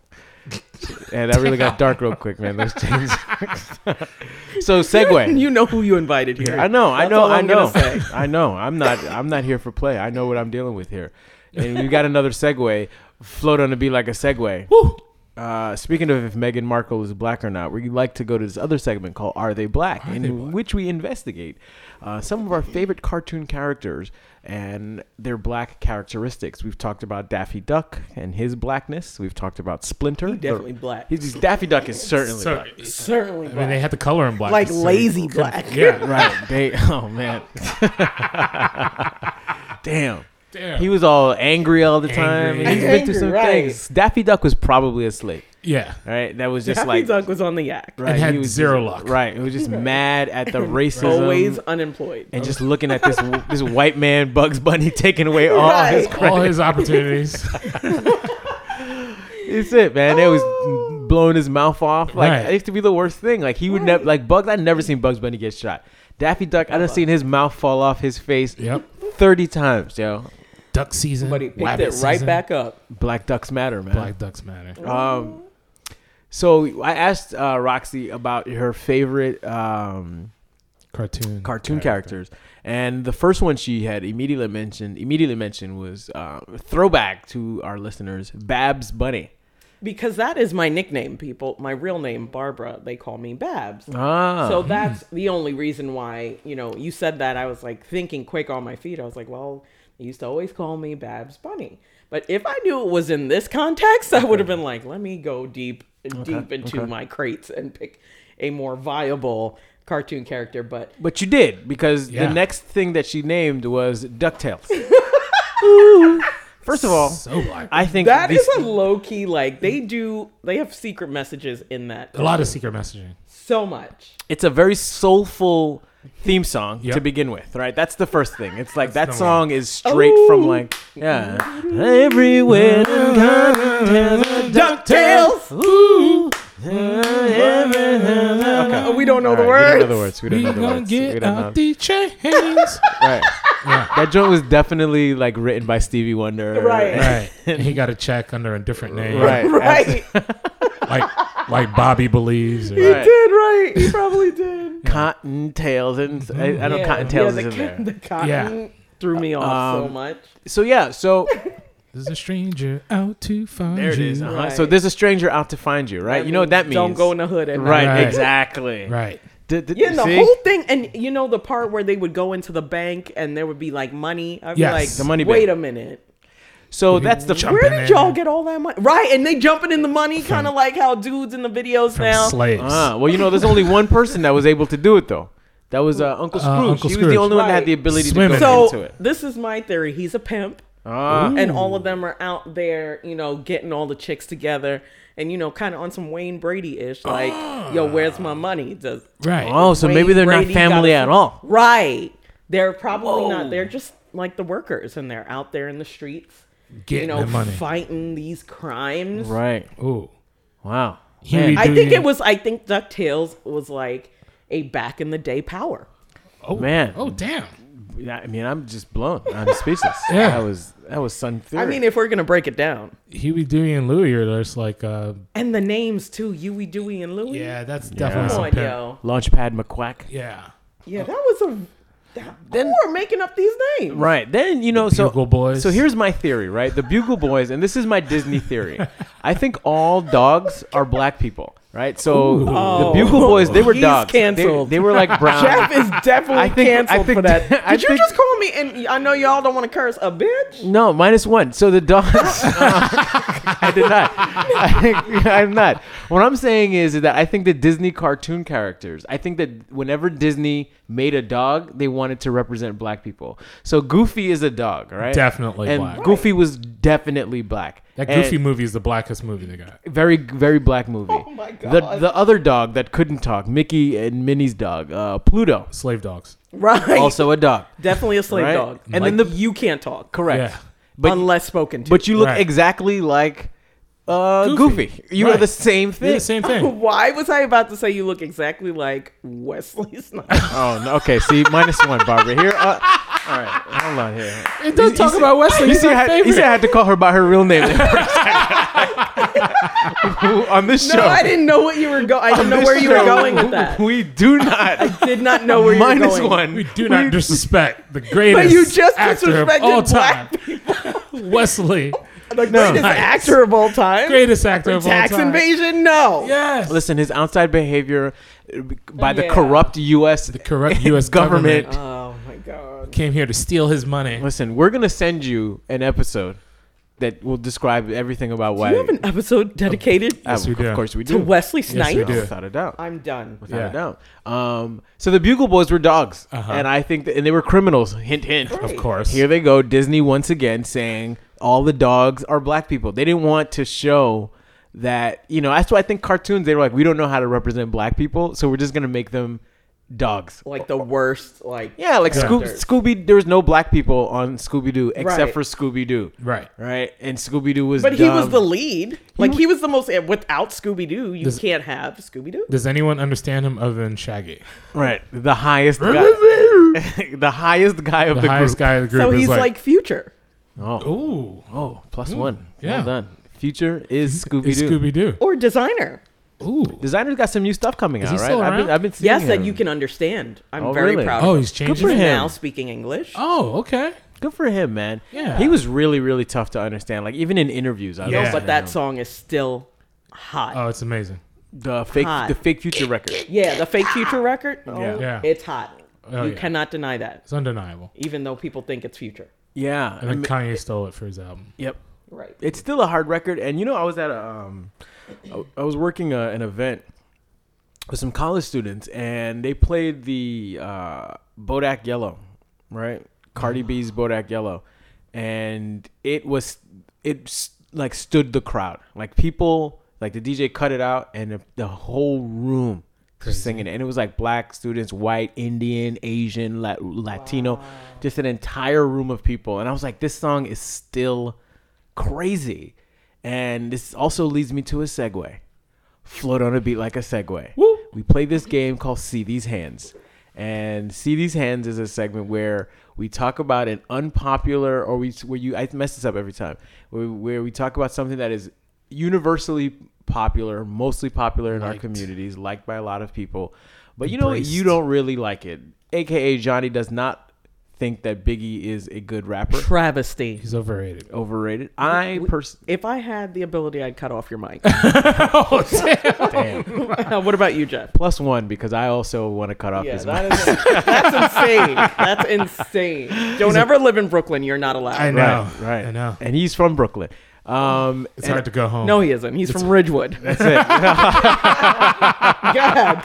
Speaker 1: and that really got dark real quick, man. Those chains. so segue.
Speaker 3: you know who you invited here.
Speaker 1: I know, I
Speaker 3: That's
Speaker 1: know,
Speaker 3: all
Speaker 1: I
Speaker 3: I'm
Speaker 1: know,
Speaker 3: gonna say.
Speaker 1: I know. I'm not, I'm not here for play. I know what I'm dealing with here, and we got another segue. Float on to be like a segue.
Speaker 3: Woo.
Speaker 1: Uh, speaking of if Meghan Markle is black or not, we like to go to this other segment called "Are They Black?" in which we investigate uh, some of our favorite cartoon characters and their black characteristics. We've talked about Daffy Duck and his blackness. We've talked about Splinter.
Speaker 3: He definitely
Speaker 1: The-
Speaker 3: black.
Speaker 1: He's, he's- Daffy Duck is certainly
Speaker 2: So,
Speaker 1: black.
Speaker 3: Certainly
Speaker 2: I mean,
Speaker 3: black.
Speaker 2: they had to color him black.
Speaker 3: like
Speaker 2: so-
Speaker 3: lazy black.
Speaker 2: Yeah.
Speaker 1: right. They, oh man. Damn.
Speaker 2: Damn.
Speaker 1: He was all angry all the time.
Speaker 2: Angry.
Speaker 1: and He's been through
Speaker 3: Angry,
Speaker 1: some
Speaker 3: right.
Speaker 1: things. Daffy Duck was probably a slave.
Speaker 2: Yeah.
Speaker 1: All right. That was just
Speaker 3: Daffy
Speaker 1: like
Speaker 3: Duck was on the yak.
Speaker 1: Right,
Speaker 2: And had
Speaker 1: he was
Speaker 2: zero
Speaker 1: just-
Speaker 2: luck.
Speaker 1: Right, he was just mad at the racism,
Speaker 3: Always unemployed.
Speaker 1: and just looking at this this white man Bugs Bunny taking away all his.
Speaker 3: Right.
Speaker 2: All his opportunities.
Speaker 1: It's it, man. It
Speaker 3: Oh.
Speaker 1: was blowing his mouth off. Like
Speaker 2: Right.
Speaker 1: it used to be the worst thing. Like he would never like Bugs. I'd never seen Bugs Bunny get shot. Daffy Duck, I'd have seen his mouth fall off his face
Speaker 2: Yep.
Speaker 1: thirty times, yo.
Speaker 2: Duck season.
Speaker 3: but he picked
Speaker 2: rabbit
Speaker 3: it right
Speaker 2: season,
Speaker 3: back Uh, up.
Speaker 1: Black ducks matter, man.
Speaker 2: Black ducks matter.
Speaker 1: Um, so I asked uh, Roxy about her favorite um,
Speaker 2: Cartoon.
Speaker 1: cartoon characters. And the first one she had immediately mentioned immediately mentioned was uh, throwback to our listeners, Babs Bunny.
Speaker 3: Because that is my nickname, people. My real name, Barbara. They call me Babs.
Speaker 1: Ah,
Speaker 3: So that's the only reason why, you know, you said that. I was like thinking quick on my feet. I was like, well, they used to always call me Babs Bunny. But if I knew it was in this context, I would have been like, let me go deep, deep into my crates and pick a more viable cartoon character. But
Speaker 1: but you did because
Speaker 2: Yeah.
Speaker 1: the next thing that she named was Ducktales. First of all,
Speaker 2: So black.
Speaker 1: I think
Speaker 3: that
Speaker 1: these-
Speaker 3: is a low key, like, they do, they have secret messages in that
Speaker 2: a lot of secret messaging.
Speaker 3: so much.
Speaker 1: it's a very soulful theme song to
Speaker 2: Yep.
Speaker 1: begin with, right? That's the first thing. It's like that
Speaker 2: the
Speaker 1: song is straight from
Speaker 3: Oh.
Speaker 1: like yeah, everywhere
Speaker 3: DuckTales!
Speaker 1: Ooh.
Speaker 3: Oh, we don't know
Speaker 1: All
Speaker 3: the
Speaker 1: right,
Speaker 3: words.
Speaker 1: we don't know the words. We don't
Speaker 2: We
Speaker 1: know the
Speaker 2: gonna
Speaker 1: words. we
Speaker 2: get
Speaker 1: don't know.
Speaker 2: out the chains.
Speaker 1: Right. That joint was definitely like written by Stevie Wonder.
Speaker 3: Right.
Speaker 2: right. And he got a check under a different name.
Speaker 1: Right.
Speaker 3: Right.
Speaker 2: Like like Bobby believes. Or,
Speaker 1: Right.
Speaker 3: He did, right? He probably did.
Speaker 1: Cotton tails and I, I know
Speaker 3: Yeah.
Speaker 1: cotton tails
Speaker 3: Yeah,
Speaker 1: is
Speaker 3: the,
Speaker 1: in
Speaker 3: co-
Speaker 1: there.
Speaker 3: the cotton
Speaker 2: Yeah.
Speaker 3: threw me off so
Speaker 1: Um,
Speaker 3: much.
Speaker 1: So yeah, so
Speaker 2: There's a stranger out to find
Speaker 1: there it
Speaker 2: you.
Speaker 1: is. Uh-huh.
Speaker 3: Right.
Speaker 1: So there's a stranger out to find you, right?
Speaker 3: I
Speaker 1: you know what that means?
Speaker 3: mean, Don't go in the hood at
Speaker 1: Right,
Speaker 3: night.
Speaker 2: Right.
Speaker 1: exactly.
Speaker 2: Right.
Speaker 1: D- d-
Speaker 3: Yeah, and the
Speaker 1: see?
Speaker 3: whole thing, and you know the part where they would go into the bank and there would be like money. I'd
Speaker 2: Yes,
Speaker 3: be like,
Speaker 2: the
Speaker 1: money
Speaker 3: Wait
Speaker 1: bin.
Speaker 3: a minute,
Speaker 1: So that's the
Speaker 2: Jump
Speaker 3: where
Speaker 2: in
Speaker 3: did y'all
Speaker 2: there.
Speaker 3: get all that money? Right, and they jumping in the money, kind of like how dudes in the videos
Speaker 2: From
Speaker 3: now.
Speaker 2: slaves.
Speaker 1: Ah, well, you know, there's only one person that was able to do it though. That was uh, Uncle Scrooge.
Speaker 2: Uh, Uncle
Speaker 1: he was
Speaker 2: Scrooge.
Speaker 1: the only one that had
Speaker 3: Right.
Speaker 1: the ability
Speaker 2: Swimming.
Speaker 1: to go
Speaker 3: so
Speaker 1: into it.
Speaker 3: this is my theory. He's a pimp.
Speaker 1: Ah,
Speaker 3: and all of them are out there, you know, getting all the chicks together, and you know, kind of on some Wayne Brady ish, like,
Speaker 1: Ah.
Speaker 3: yo, where's my money? Does
Speaker 2: Right.
Speaker 1: oh, so maybe
Speaker 3: Wayne
Speaker 1: they're
Speaker 3: Brady
Speaker 1: not family
Speaker 3: got a-
Speaker 1: at all.
Speaker 3: Right? They're probably
Speaker 1: Whoa.
Speaker 3: not. They're just like the workers, and they're out there in the streets,
Speaker 2: Getting
Speaker 3: you know,
Speaker 2: the money.
Speaker 3: fighting these crimes.
Speaker 1: Right.
Speaker 2: Ooh.
Speaker 1: Wow.
Speaker 2: He
Speaker 1: Man.
Speaker 2: redo-
Speaker 3: I think
Speaker 2: Dude.
Speaker 3: it was. I think Ducktales was like a back in the day power.
Speaker 2: Oh
Speaker 1: Man.
Speaker 2: Oh damn.
Speaker 1: I mean, I'm just blown. I'm speechless.
Speaker 2: Yeah.
Speaker 1: That was that was sun theory.
Speaker 3: I mean, if we're gonna break it down,
Speaker 2: Huey, Dewey, and Louie are just like, uh,
Speaker 3: and the names too, Huey, Dewey, and Louie.
Speaker 2: yeah, that's definitely
Speaker 3: Come
Speaker 2: some
Speaker 3: on,
Speaker 2: pimp.
Speaker 3: yo.
Speaker 1: Launchpad McQuack.
Speaker 2: Yeah,
Speaker 3: Yeah, that was a. That, who are making up these names?
Speaker 1: Right. Then you know so
Speaker 2: Bugle Boys.
Speaker 1: So here's my theory, right? The Bugle Boys, and this is my Disney theory. I think all dogs are black people, right? So the Bugle Boys, they were
Speaker 3: Oh. He's
Speaker 1: dogs. They-
Speaker 3: canceled.
Speaker 1: They, were like brown.
Speaker 3: Jeff is definitely
Speaker 1: I think- I
Speaker 3: canceled
Speaker 1: think-
Speaker 3: for that. Did
Speaker 1: I
Speaker 3: you
Speaker 1: think-
Speaker 3: just call me? And I know y'all don't want to curse a bitch.
Speaker 1: no, minus one. So the dogs. uh, I did not. I, am not. What I'm saying is that I think the Disney cartoon characters. I think that whenever Disney made a dog, they wanted to represent black people. So Goofy is a dog, right?
Speaker 2: Definitely
Speaker 1: and
Speaker 2: black.
Speaker 1: Goofy was definitely black.
Speaker 2: That
Speaker 1: And-
Speaker 2: Goofy movie is the blackest movie they got.
Speaker 1: very very black movie.
Speaker 3: Oh my
Speaker 1: The
Speaker 3: God.
Speaker 1: the other dog that couldn't talk, Mickey and Minnie's dog, uh, Pluto,
Speaker 2: Slave dogs.
Speaker 3: Right.
Speaker 1: also a dog.
Speaker 3: Definitely a slave
Speaker 1: Right?
Speaker 3: dog.
Speaker 1: And
Speaker 3: And
Speaker 1: then
Speaker 3: then
Speaker 1: the-
Speaker 3: you can't talk.
Speaker 1: Correct.
Speaker 2: Yeah.
Speaker 1: But
Speaker 3: unless spoken to.
Speaker 1: but you look
Speaker 2: Right.
Speaker 1: exactly like uh, Goofy.
Speaker 2: Goofy.
Speaker 1: You are
Speaker 2: Right.
Speaker 1: the same thing.
Speaker 2: They're the same thing.
Speaker 3: why was I about to say you look exactly like Wesley Snipes?
Speaker 1: Oh, no, okay. See, minus one, Barbara. Here, uh, all right. Hold on here.
Speaker 2: It does talk about Wesley.
Speaker 1: You
Speaker 2: He's
Speaker 1: see, I
Speaker 2: my
Speaker 1: had, you see, I
Speaker 2: favorite.
Speaker 1: had to call her by her real name on this show.
Speaker 3: No, I didn't know what you were going. I didn't know
Speaker 1: This
Speaker 3: where you were
Speaker 1: show,
Speaker 3: going with that.
Speaker 1: We do not.
Speaker 3: Did not know where you were
Speaker 1: minus
Speaker 3: going.
Speaker 1: one.
Speaker 2: We do not disrespect the greatest
Speaker 3: you just
Speaker 2: actor of
Speaker 3: disrespected
Speaker 2: all time,
Speaker 3: black
Speaker 2: Wesley.
Speaker 3: The
Speaker 1: No.
Speaker 3: greatest
Speaker 2: Nice.
Speaker 3: actor of all time.
Speaker 2: Greatest actor of all time.
Speaker 3: Tax invasion? No.
Speaker 2: Yes.
Speaker 1: Listen, his outside behavior uh, by the
Speaker 3: Yeah.
Speaker 1: corrupt U.S.
Speaker 2: corrupt U.S.
Speaker 1: government.
Speaker 2: government,
Speaker 3: Oh my god.
Speaker 2: came here to steal his money.
Speaker 3: Uh.
Speaker 1: Listen, we're gonna send you an episode that will describe everything about why.
Speaker 3: You have an episode dedicated
Speaker 1: Uh,
Speaker 2: Yes, we do.
Speaker 1: Of course, we do.
Speaker 3: to Wesley
Speaker 2: we
Speaker 3: Snipes.
Speaker 2: do.
Speaker 1: Without a doubt.
Speaker 3: I'm done.
Speaker 1: Without
Speaker 2: Yeah. Uh-huh.
Speaker 1: a doubt. Um, so the Bugle Boys were dogs, and I think, that, and they were criminals. Hint, hint.
Speaker 2: Of course.
Speaker 1: Here they go, Disney once again saying all the dogs are black people. They didn't want to show that, you know, that's why I think cartoons, they were like, we don't know how to represent black people, so we're just going to make them dogs.
Speaker 3: Like the worst. Like
Speaker 1: Yeah, like Scoo-
Speaker 3: Characters.
Speaker 1: Scooby, there was no black people on Scooby Doo except
Speaker 3: Right.
Speaker 1: for Scooby Doo.
Speaker 2: Right.
Speaker 1: Right? And Scooby Doo was.
Speaker 3: But he was
Speaker 1: dumb.
Speaker 3: the lead. Like he was the most. Without Scooby Doo, you
Speaker 2: Does-
Speaker 3: can't have Scooby Doo.
Speaker 2: Does anyone understand him other than Shaggy?
Speaker 1: Right. The highest guy. the highest guy of
Speaker 2: The,
Speaker 1: the,
Speaker 2: highest
Speaker 1: group.
Speaker 2: guy in the group
Speaker 3: So
Speaker 2: is
Speaker 3: he's like, Future.
Speaker 1: Oh.
Speaker 2: ooh,
Speaker 1: Oh, plus one.
Speaker 2: yeah.
Speaker 1: Well done. Future is Scooby
Speaker 2: it's
Speaker 1: Doo.
Speaker 2: Scooby Doo.
Speaker 3: Or designer.
Speaker 2: Ooh.
Speaker 1: Designer's got some new stuff coming out,
Speaker 2: he
Speaker 1: right?
Speaker 2: still
Speaker 1: I've been
Speaker 2: around?
Speaker 1: I've been seeing
Speaker 3: Yes, that
Speaker 1: him.
Speaker 3: you can understand. I'm
Speaker 1: Oh,
Speaker 3: very
Speaker 1: really?
Speaker 3: proud.
Speaker 2: Oh,
Speaker 3: of
Speaker 2: he's
Speaker 1: Good for
Speaker 2: changing.
Speaker 3: him.
Speaker 1: him.
Speaker 3: now speaking English.
Speaker 2: Oh, okay.
Speaker 1: Good for him, man.
Speaker 2: Yeah.
Speaker 1: He was really, really tough to understand. Like even in interviews, I
Speaker 2: Yeah.
Speaker 1: yeah.
Speaker 3: But that song is still hot.
Speaker 2: Oh, it's amazing.
Speaker 1: the fake
Speaker 3: Hot.
Speaker 1: the fake future record.
Speaker 3: yeah, the fake future record. Oh,
Speaker 1: Yeah.
Speaker 2: Yeah.
Speaker 3: it's hot.
Speaker 2: Oh,
Speaker 3: you
Speaker 2: yeah.
Speaker 3: cannot deny that,
Speaker 2: It's undeniable.
Speaker 3: even though people think it's future.
Speaker 1: Yeah.
Speaker 2: And
Speaker 1: I
Speaker 2: then
Speaker 1: mean-
Speaker 2: Kanye stole it for his album.
Speaker 1: yep.
Speaker 3: Right.
Speaker 1: It's still a hard record, and you know, I was at a, um, I, I was working a, an event with some college students, and they played the uh, Bodak Yellow, right? Cardi B's Bodak Yellow, and it was it s- like stood the crowd, like people, like the DJ cut it out, and the, the whole room was singing, it. and it was like black students, white, Indian, Asian, La- Latino, just an entire room of people, and I was like, this song is still crazy, and this also leads me to a segue float on a beat like a segue. We play this game called See These Hands. And See These Hands is a segment where we talk about an unpopular, or we where you I mess this up every time, where, where we talk about something that is universally popular, mostly popular in our
Speaker 2: Liked.
Speaker 1: communities, liked by a lot of people, but you know what?
Speaker 2: Embraced.
Speaker 1: you don't really like it. AKA Johnny does not think that Biggie is a good rapper.
Speaker 3: Travesty.
Speaker 2: He's overrated.
Speaker 1: Overrated. I pers-
Speaker 3: If I had the ability, I'd cut off your mic.
Speaker 2: Oh, damn.
Speaker 1: damn.
Speaker 3: what about you, Jeff?
Speaker 1: plus one because I also want to cut off
Speaker 3: Yeah,
Speaker 1: his mic.
Speaker 3: that is, that's insane. That's insane. Don't ever live in Brooklyn. You're not allowed.
Speaker 2: I know.
Speaker 1: Right, right.
Speaker 2: I know.
Speaker 1: And he's from Brooklyn. Um,
Speaker 2: It's hard to go home.
Speaker 3: No, he isn't. He's from Ridgewood.
Speaker 1: that's it.
Speaker 3: God.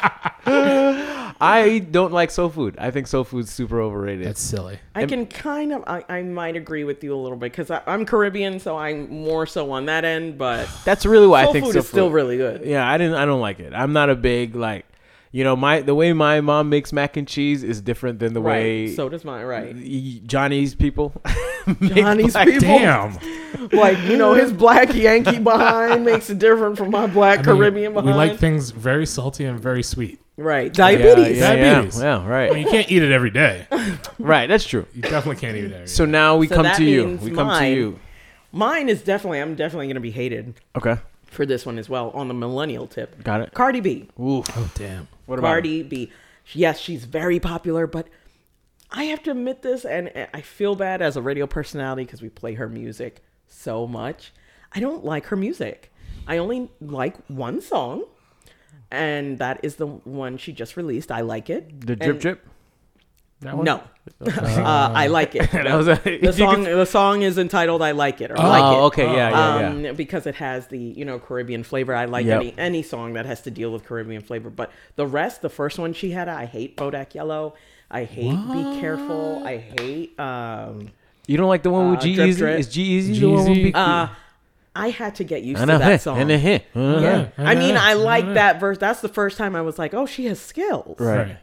Speaker 1: I don't like soul food. I think soul food's super overrated.
Speaker 2: That's silly.
Speaker 3: I can kind of, I, I might agree with you a little bit because I'm Caribbean, so I'm more so on that end. But
Speaker 1: that's really why
Speaker 3: soul
Speaker 1: I think
Speaker 3: food
Speaker 1: soul
Speaker 3: is still
Speaker 1: food-
Speaker 3: really good.
Speaker 1: Yeah, I didn't. I don't like it. I'm not a big like. You know, my the way my mom makes mac and cheese is different than the way
Speaker 3: Right. So does mine. Right.
Speaker 1: y- Johnny's people. make
Speaker 3: Johnny's
Speaker 1: black-
Speaker 3: people?
Speaker 2: Damn.
Speaker 3: like you know his black Yankee behind makes it different from my black
Speaker 2: I mean,
Speaker 3: Caribbean behind.
Speaker 2: We like things very salty and very sweet.
Speaker 3: right
Speaker 1: Yeah,
Speaker 3: diabetes.
Speaker 1: yeah,
Speaker 2: Diabetes.
Speaker 1: Yeah, yeah,
Speaker 2: I mean,
Speaker 1: right,
Speaker 2: you can't eat it every day.
Speaker 1: right. That's true.
Speaker 2: You definitely can't eat it every day.
Speaker 1: So now we
Speaker 3: So
Speaker 1: come
Speaker 3: that
Speaker 1: to you.
Speaker 3: means
Speaker 1: We come to
Speaker 3: mine.
Speaker 1: you.
Speaker 3: Mine is definitely I'm definitely gonna be hated
Speaker 1: Okay,
Speaker 3: for this one as well on the millennial tip.
Speaker 1: got it.
Speaker 3: Cardi B.
Speaker 1: Ooh,
Speaker 2: Oh, damn.
Speaker 1: what about
Speaker 3: Cardi B. Yes, she's very popular, but I have to admit this, and and I feel bad as a radio personality because we play her music so much. I don't like her music. I only like one song, and that is the one she just released. I like it.
Speaker 1: the drip
Speaker 3: And-
Speaker 1: drip?
Speaker 2: That one?
Speaker 3: No, uh, I like it.
Speaker 1: that was a,
Speaker 3: The song, the song is entitled "I Like It" or
Speaker 1: oh,
Speaker 3: "Like It."
Speaker 1: okay, yeah, yeah, yeah.
Speaker 3: um, because it has the you know Caribbean flavor. I like
Speaker 1: Yep.
Speaker 3: any any song that has to deal with Caribbean flavor. But the rest, the first one she had, I hate Bodak Yellow. I hate Be Careful. I hate. Um,
Speaker 1: you don't like the one with
Speaker 3: uh,
Speaker 1: G
Speaker 3: Drip
Speaker 1: Easy?
Speaker 3: Drip.
Speaker 1: Is G Easy the one with
Speaker 2: G-Eazy.
Speaker 1: Big
Speaker 3: uh, I had to get used
Speaker 1: I
Speaker 3: to
Speaker 1: know,
Speaker 3: that
Speaker 1: huh,
Speaker 3: song.
Speaker 1: I know, huh, huh.
Speaker 3: Yeah.
Speaker 2: I
Speaker 3: I mean,
Speaker 2: know,
Speaker 3: I
Speaker 2: I
Speaker 3: like
Speaker 2: know.
Speaker 3: that verse. That's the first time I was like, "Oh, she has skills."
Speaker 1: Right.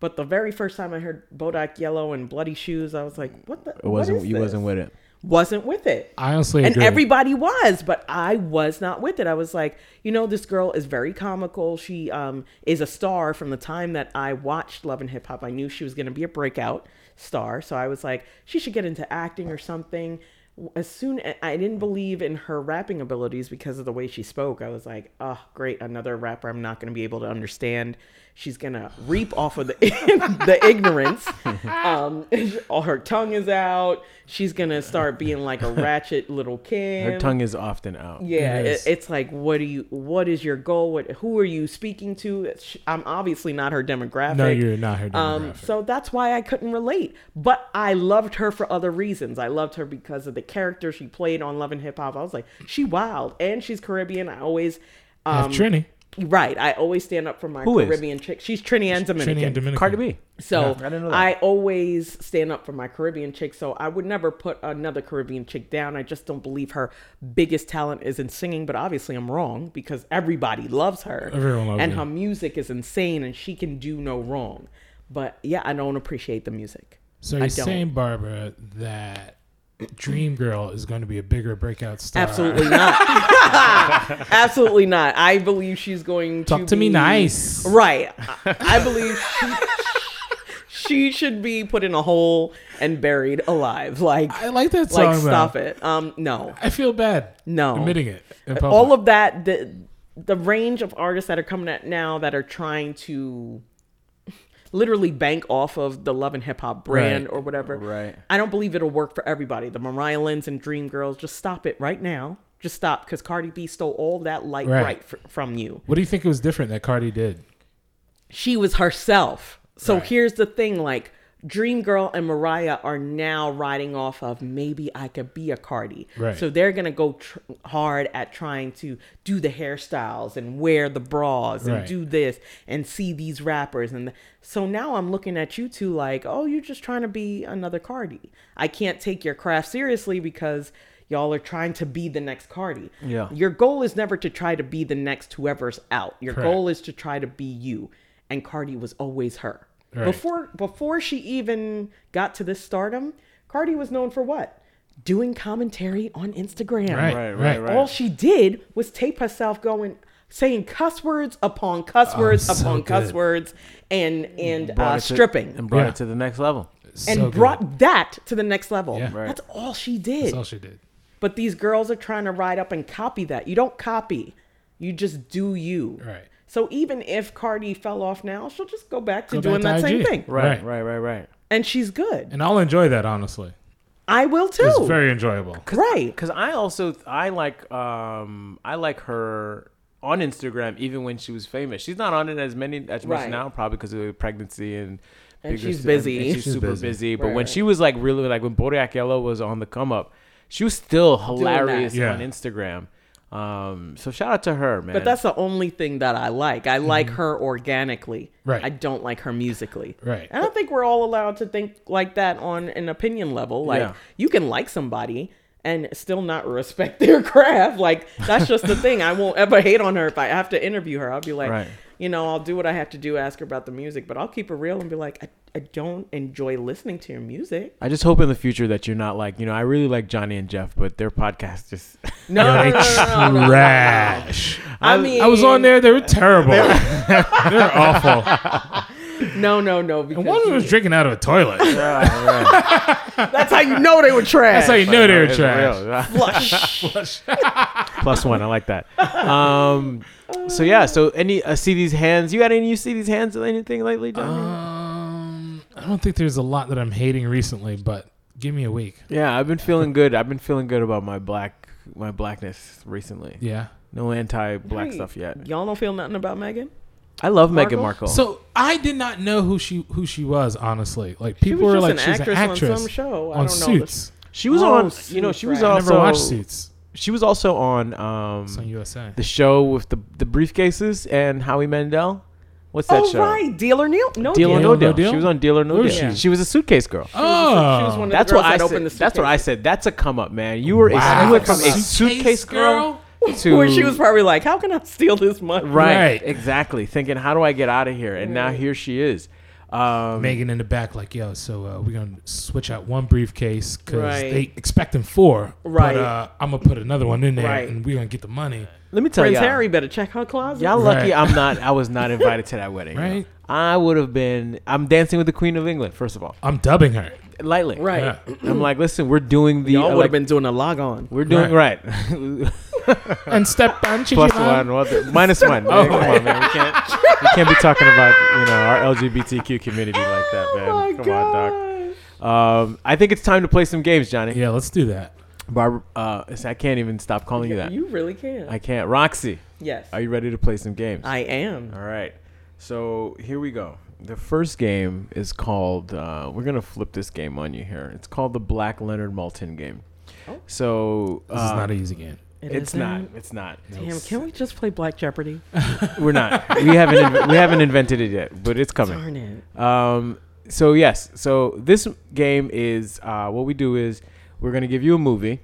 Speaker 3: But the very first time I heard Bodak Yellow and Bloody Shoes, I was like, "What the?
Speaker 1: It wasn't.
Speaker 3: What is
Speaker 1: You
Speaker 3: this?
Speaker 1: wasn't with it.
Speaker 3: Wasn't with it.
Speaker 2: I honestly
Speaker 3: and
Speaker 2: agree.
Speaker 3: everybody was but i was not with it i was like you know this girl is very comical she um, is a star from the time that i watched love and hip hop i knew she was going to be a breakout star so i was like she should get into acting or something as soon i didn't believe in her rapping abilities because of the way she spoke i was like oh great another rapper i'm not going to be able to understand she's going to reap off of the, the ignorance um, all her tongue is out she's going to start being like a ratchet little kid
Speaker 1: Her tongue is often out.
Speaker 3: yeah
Speaker 2: It
Speaker 3: it
Speaker 2: is.
Speaker 3: it's like what do you what is your goal what who are you speaking to It's- i'm obviously not her demographic
Speaker 2: no, you're not her
Speaker 3: um,
Speaker 2: demographic.
Speaker 3: so that's why I couldn't relate. But I loved her for other reasons. I loved her because of the character she played on Love and Hip Hop. I was like, she wild and she's Caribbean. I always,
Speaker 2: Half
Speaker 3: um,
Speaker 2: Trini.
Speaker 3: right. I always stand up for my
Speaker 1: Who is?
Speaker 3: Caribbean chick. She's Trini and Dominican.
Speaker 2: Trini and Dominican.
Speaker 1: Cardi B.
Speaker 3: So
Speaker 1: I didn't know that.
Speaker 3: I, always stand up for my Caribbean chick. So I would never put another Caribbean chick down. I just don't believe her biggest talent is in singing. But obviously, I'm wrong because everybody loves her.
Speaker 2: Everyone loves
Speaker 3: and
Speaker 2: her.
Speaker 3: her music is insane, and she can do no wrong. But yeah, I don't appreciate the music.
Speaker 2: So
Speaker 3: I
Speaker 2: you're
Speaker 3: don't.
Speaker 2: saying, Barbara, that Dream Girl is going to be a bigger breakout star?
Speaker 3: Absolutely not. Absolutely not. I believe she's going to
Speaker 2: Talk to me
Speaker 3: be-
Speaker 2: nice.
Speaker 3: Right. I, I believe she, she should be put in a hole and buried alive. Like
Speaker 2: I like that song.
Speaker 3: like
Speaker 2: though.
Speaker 3: stop it. Um no.
Speaker 2: I feel bad.
Speaker 3: No.
Speaker 2: Admitting it. In public.
Speaker 3: All of that the the range of artists that are coming at now that are trying to literally bank off of the love and hip hop brand
Speaker 2: Right.
Speaker 3: or whatever.
Speaker 1: Right.
Speaker 3: I don't believe it'll work for everybody. The Mariah Lynn's and Dream Girls, just stop it right now. Just stop because Cardi B stole all that light
Speaker 2: Right.
Speaker 3: right, fr- from you.
Speaker 2: What do you think it was different that Cardi did?
Speaker 3: She was herself. So here's the thing like, Dream Girl and Mariah are now riding off of maybe I could be a Cardi.
Speaker 2: Right.
Speaker 3: So they're going to go tr- hard at trying to do the hairstyles and wear the bras and
Speaker 2: Right.
Speaker 3: do this and see these rappers. And th- so now I'm looking at you two like, oh, you're just trying to be another Cardi. I can't take your craft seriously because y'all are trying to be the next Cardi.
Speaker 1: Yeah.
Speaker 3: Your goal is never to try to be the next whoever's out. Your
Speaker 2: Correct.
Speaker 3: goal is to try to be you. And Cardi was always her.
Speaker 2: Right.
Speaker 3: Before before she even got to this stardom, Cardi was known for what? Doing commentary on Instagram.
Speaker 2: Right.
Speaker 1: Right, right,
Speaker 2: Right.
Speaker 1: right.
Speaker 3: All she did was tape herself going saying cuss words upon cuss words
Speaker 2: Oh, so
Speaker 3: upon cuss
Speaker 2: good.
Speaker 3: words and and
Speaker 1: Brought
Speaker 3: uh,
Speaker 1: it to-
Speaker 3: stripping
Speaker 1: and
Speaker 3: and,
Speaker 1: brought
Speaker 2: Yeah.
Speaker 1: it to the next level.
Speaker 2: So good.
Speaker 3: brought that to the next level.
Speaker 2: Yeah. Right.
Speaker 3: That's all she did.
Speaker 2: That's all she did.
Speaker 3: But these girls are trying to ride up and copy that. You don't copy. You just do you.
Speaker 2: Right.
Speaker 3: So even if Cardi fell off now, she'll just go back to
Speaker 2: Go
Speaker 3: doing
Speaker 2: back to
Speaker 3: that same
Speaker 2: IG.
Speaker 3: thing.
Speaker 1: Right,
Speaker 2: Right.
Speaker 1: right, right, right.
Speaker 3: And she's good.
Speaker 2: And I'll enjoy that, honestly.
Speaker 3: I will
Speaker 2: It's
Speaker 3: too.
Speaker 2: very enjoyable.
Speaker 3: right.
Speaker 1: Because I also I like um I like her on Instagram even when she was famous. She's not on it as many as much
Speaker 3: Right.
Speaker 1: now probably because of pregnancy and.
Speaker 3: And
Speaker 1: bigger
Speaker 3: she's
Speaker 1: st-
Speaker 3: busy.
Speaker 1: and she's,
Speaker 2: She's
Speaker 1: super busy.
Speaker 2: busy.
Speaker 1: But
Speaker 3: Right,
Speaker 1: when
Speaker 3: right.
Speaker 1: she was like really like when Bodak Yellow was on the come up, she was still hilarious
Speaker 2: Yeah.
Speaker 1: on Instagram. Um, so shout out to her, man.
Speaker 3: But that's the only thing that I like. I like her organically.
Speaker 2: Mm-hmm. Right.
Speaker 3: I don't like her musically.
Speaker 2: Right.
Speaker 3: I don't think we're all allowed to think like that on an opinion level. Like
Speaker 1: Yeah.
Speaker 3: you can like somebody and still not respect their craft. Like that's just the thing. I won't ever hate on her if I have to interview her. I'll be like,
Speaker 1: Right.
Speaker 3: you know, I'll do what I have to do, ask her about the music, but I'll keep it real and be like, I, I don't enjoy listening to your music.
Speaker 1: I just hope in the future that you're not like you know I really like Johnny and Jeff, but their podcast just
Speaker 3: No, no, no,
Speaker 2: They
Speaker 3: no, no, no, no, no.
Speaker 2: trash.
Speaker 3: I mean,
Speaker 2: I was on there. They were terrible. They're awful.
Speaker 3: No, no, no. Because
Speaker 2: And one of them was drinking out of a toilet.
Speaker 3: that's how you know they were
Speaker 2: That's
Speaker 3: trash.
Speaker 2: how you know they were
Speaker 1: It's
Speaker 2: trash.
Speaker 1: real.
Speaker 3: Flush.
Speaker 1: plus one. I like that. Um, so yeah. So any uh, see these hands? You got any? You see these hands or anything lately, John?
Speaker 2: Um, I don't think there's a lot that I'm hating recently, but give me a week.
Speaker 1: yeah, I've been feeling good. I've been feeling good about my black my blackness recently.
Speaker 2: Yeah.
Speaker 1: No anti black stuff yet.
Speaker 3: Y'all don't feel nothing about Megan?
Speaker 1: I love Meghan
Speaker 3: Markle?
Speaker 1: Markle.
Speaker 2: So I did not know who she who she was honestly. Like people
Speaker 3: was
Speaker 2: were
Speaker 3: just
Speaker 2: like
Speaker 3: an
Speaker 2: she's an
Speaker 3: actress on
Speaker 2: actress
Speaker 3: some show. I
Speaker 2: on
Speaker 3: don't know this-
Speaker 2: Suits.
Speaker 1: she was
Speaker 3: Oh,
Speaker 1: on, you know, she was
Speaker 3: Suits, right.
Speaker 2: I
Speaker 1: also
Speaker 2: never watched Suits.
Speaker 1: she was also on um
Speaker 2: It's on USA.
Speaker 1: the show with the the briefcases and Howie Mandel. What's that
Speaker 3: oh
Speaker 1: show?
Speaker 3: right, Deal or Neil? No
Speaker 1: Deal, or
Speaker 2: Deal
Speaker 1: No
Speaker 2: or No
Speaker 1: deal.
Speaker 2: Deal?
Speaker 1: She was on Deal or No
Speaker 2: Where
Speaker 1: Deal.
Speaker 2: was
Speaker 1: She?
Speaker 2: she?
Speaker 1: was a suitcase girl.
Speaker 2: oh,
Speaker 3: She was one of
Speaker 1: That's
Speaker 3: the
Speaker 1: what
Speaker 3: girls
Speaker 1: I
Speaker 3: that
Speaker 1: said.
Speaker 3: opened the
Speaker 1: That's what I
Speaker 3: suitcase.
Speaker 1: said. That's a come up, man. You were a,
Speaker 2: Wow.
Speaker 1: you went from a
Speaker 2: Come up.
Speaker 1: suitcase girl to
Speaker 3: Where she was probably like, "How can I steal this money?"
Speaker 1: right,
Speaker 2: Right.
Speaker 1: exactly thinking how do I get out of here? And now here she is. Um,
Speaker 2: Megan in the back, like, yo, so uh, we're gonna switch out one briefcase because
Speaker 3: Right.
Speaker 2: they expecting four.
Speaker 3: Right.
Speaker 2: But, uh, I'm gonna put another one in there,
Speaker 3: Right.
Speaker 2: and we're gonna get the money.
Speaker 1: let me tell
Speaker 3: Prince
Speaker 1: you,
Speaker 3: Harry better check her closet.
Speaker 1: y'all
Speaker 2: Right.
Speaker 1: lucky I'm not. I was not invited to that wedding.
Speaker 2: Right.
Speaker 1: I would have been. I'm dancing with the Queen of England. First of all,
Speaker 2: I'm dubbing her.
Speaker 1: lightly.
Speaker 3: right.
Speaker 2: Yeah.
Speaker 1: I'm like, listen, we're doing the.
Speaker 3: Y'all
Speaker 1: uh,
Speaker 3: would have
Speaker 1: like,
Speaker 3: been doing a log on.
Speaker 1: we're doing right.
Speaker 2: and step on
Speaker 1: Plus one, what the- minus one. Man,
Speaker 2: Oh
Speaker 1: come on, man. We can't, we can't be talking about you know our LGBTQ community like that, man.
Speaker 3: Oh my
Speaker 1: come on, doc. Um, I think it's time to play some games, Johnny.
Speaker 2: Yeah, let's do that.
Speaker 1: Barbara, uh, I can't even stop calling you that.
Speaker 3: You really can.
Speaker 1: I can't. Roxy,
Speaker 3: yes,
Speaker 1: are you ready to play some games?
Speaker 3: I am.
Speaker 1: All right. So here we go. The first game is called. Uh, we're gonna flip this game on you here. It's called the Black Leonard Maltin game. So
Speaker 2: This is
Speaker 1: uh,
Speaker 2: not an easy game.
Speaker 3: Oh. It
Speaker 1: it's
Speaker 3: isn't?
Speaker 1: not. It's not.
Speaker 3: Damn, can we just play Black Jeopardy?
Speaker 1: We're not. We haven't. inve- we haven't invented it yet, but it's coming.
Speaker 3: Darn it.
Speaker 1: Um, so yes, so this game is uh, what we do is we're gonna give you a movie.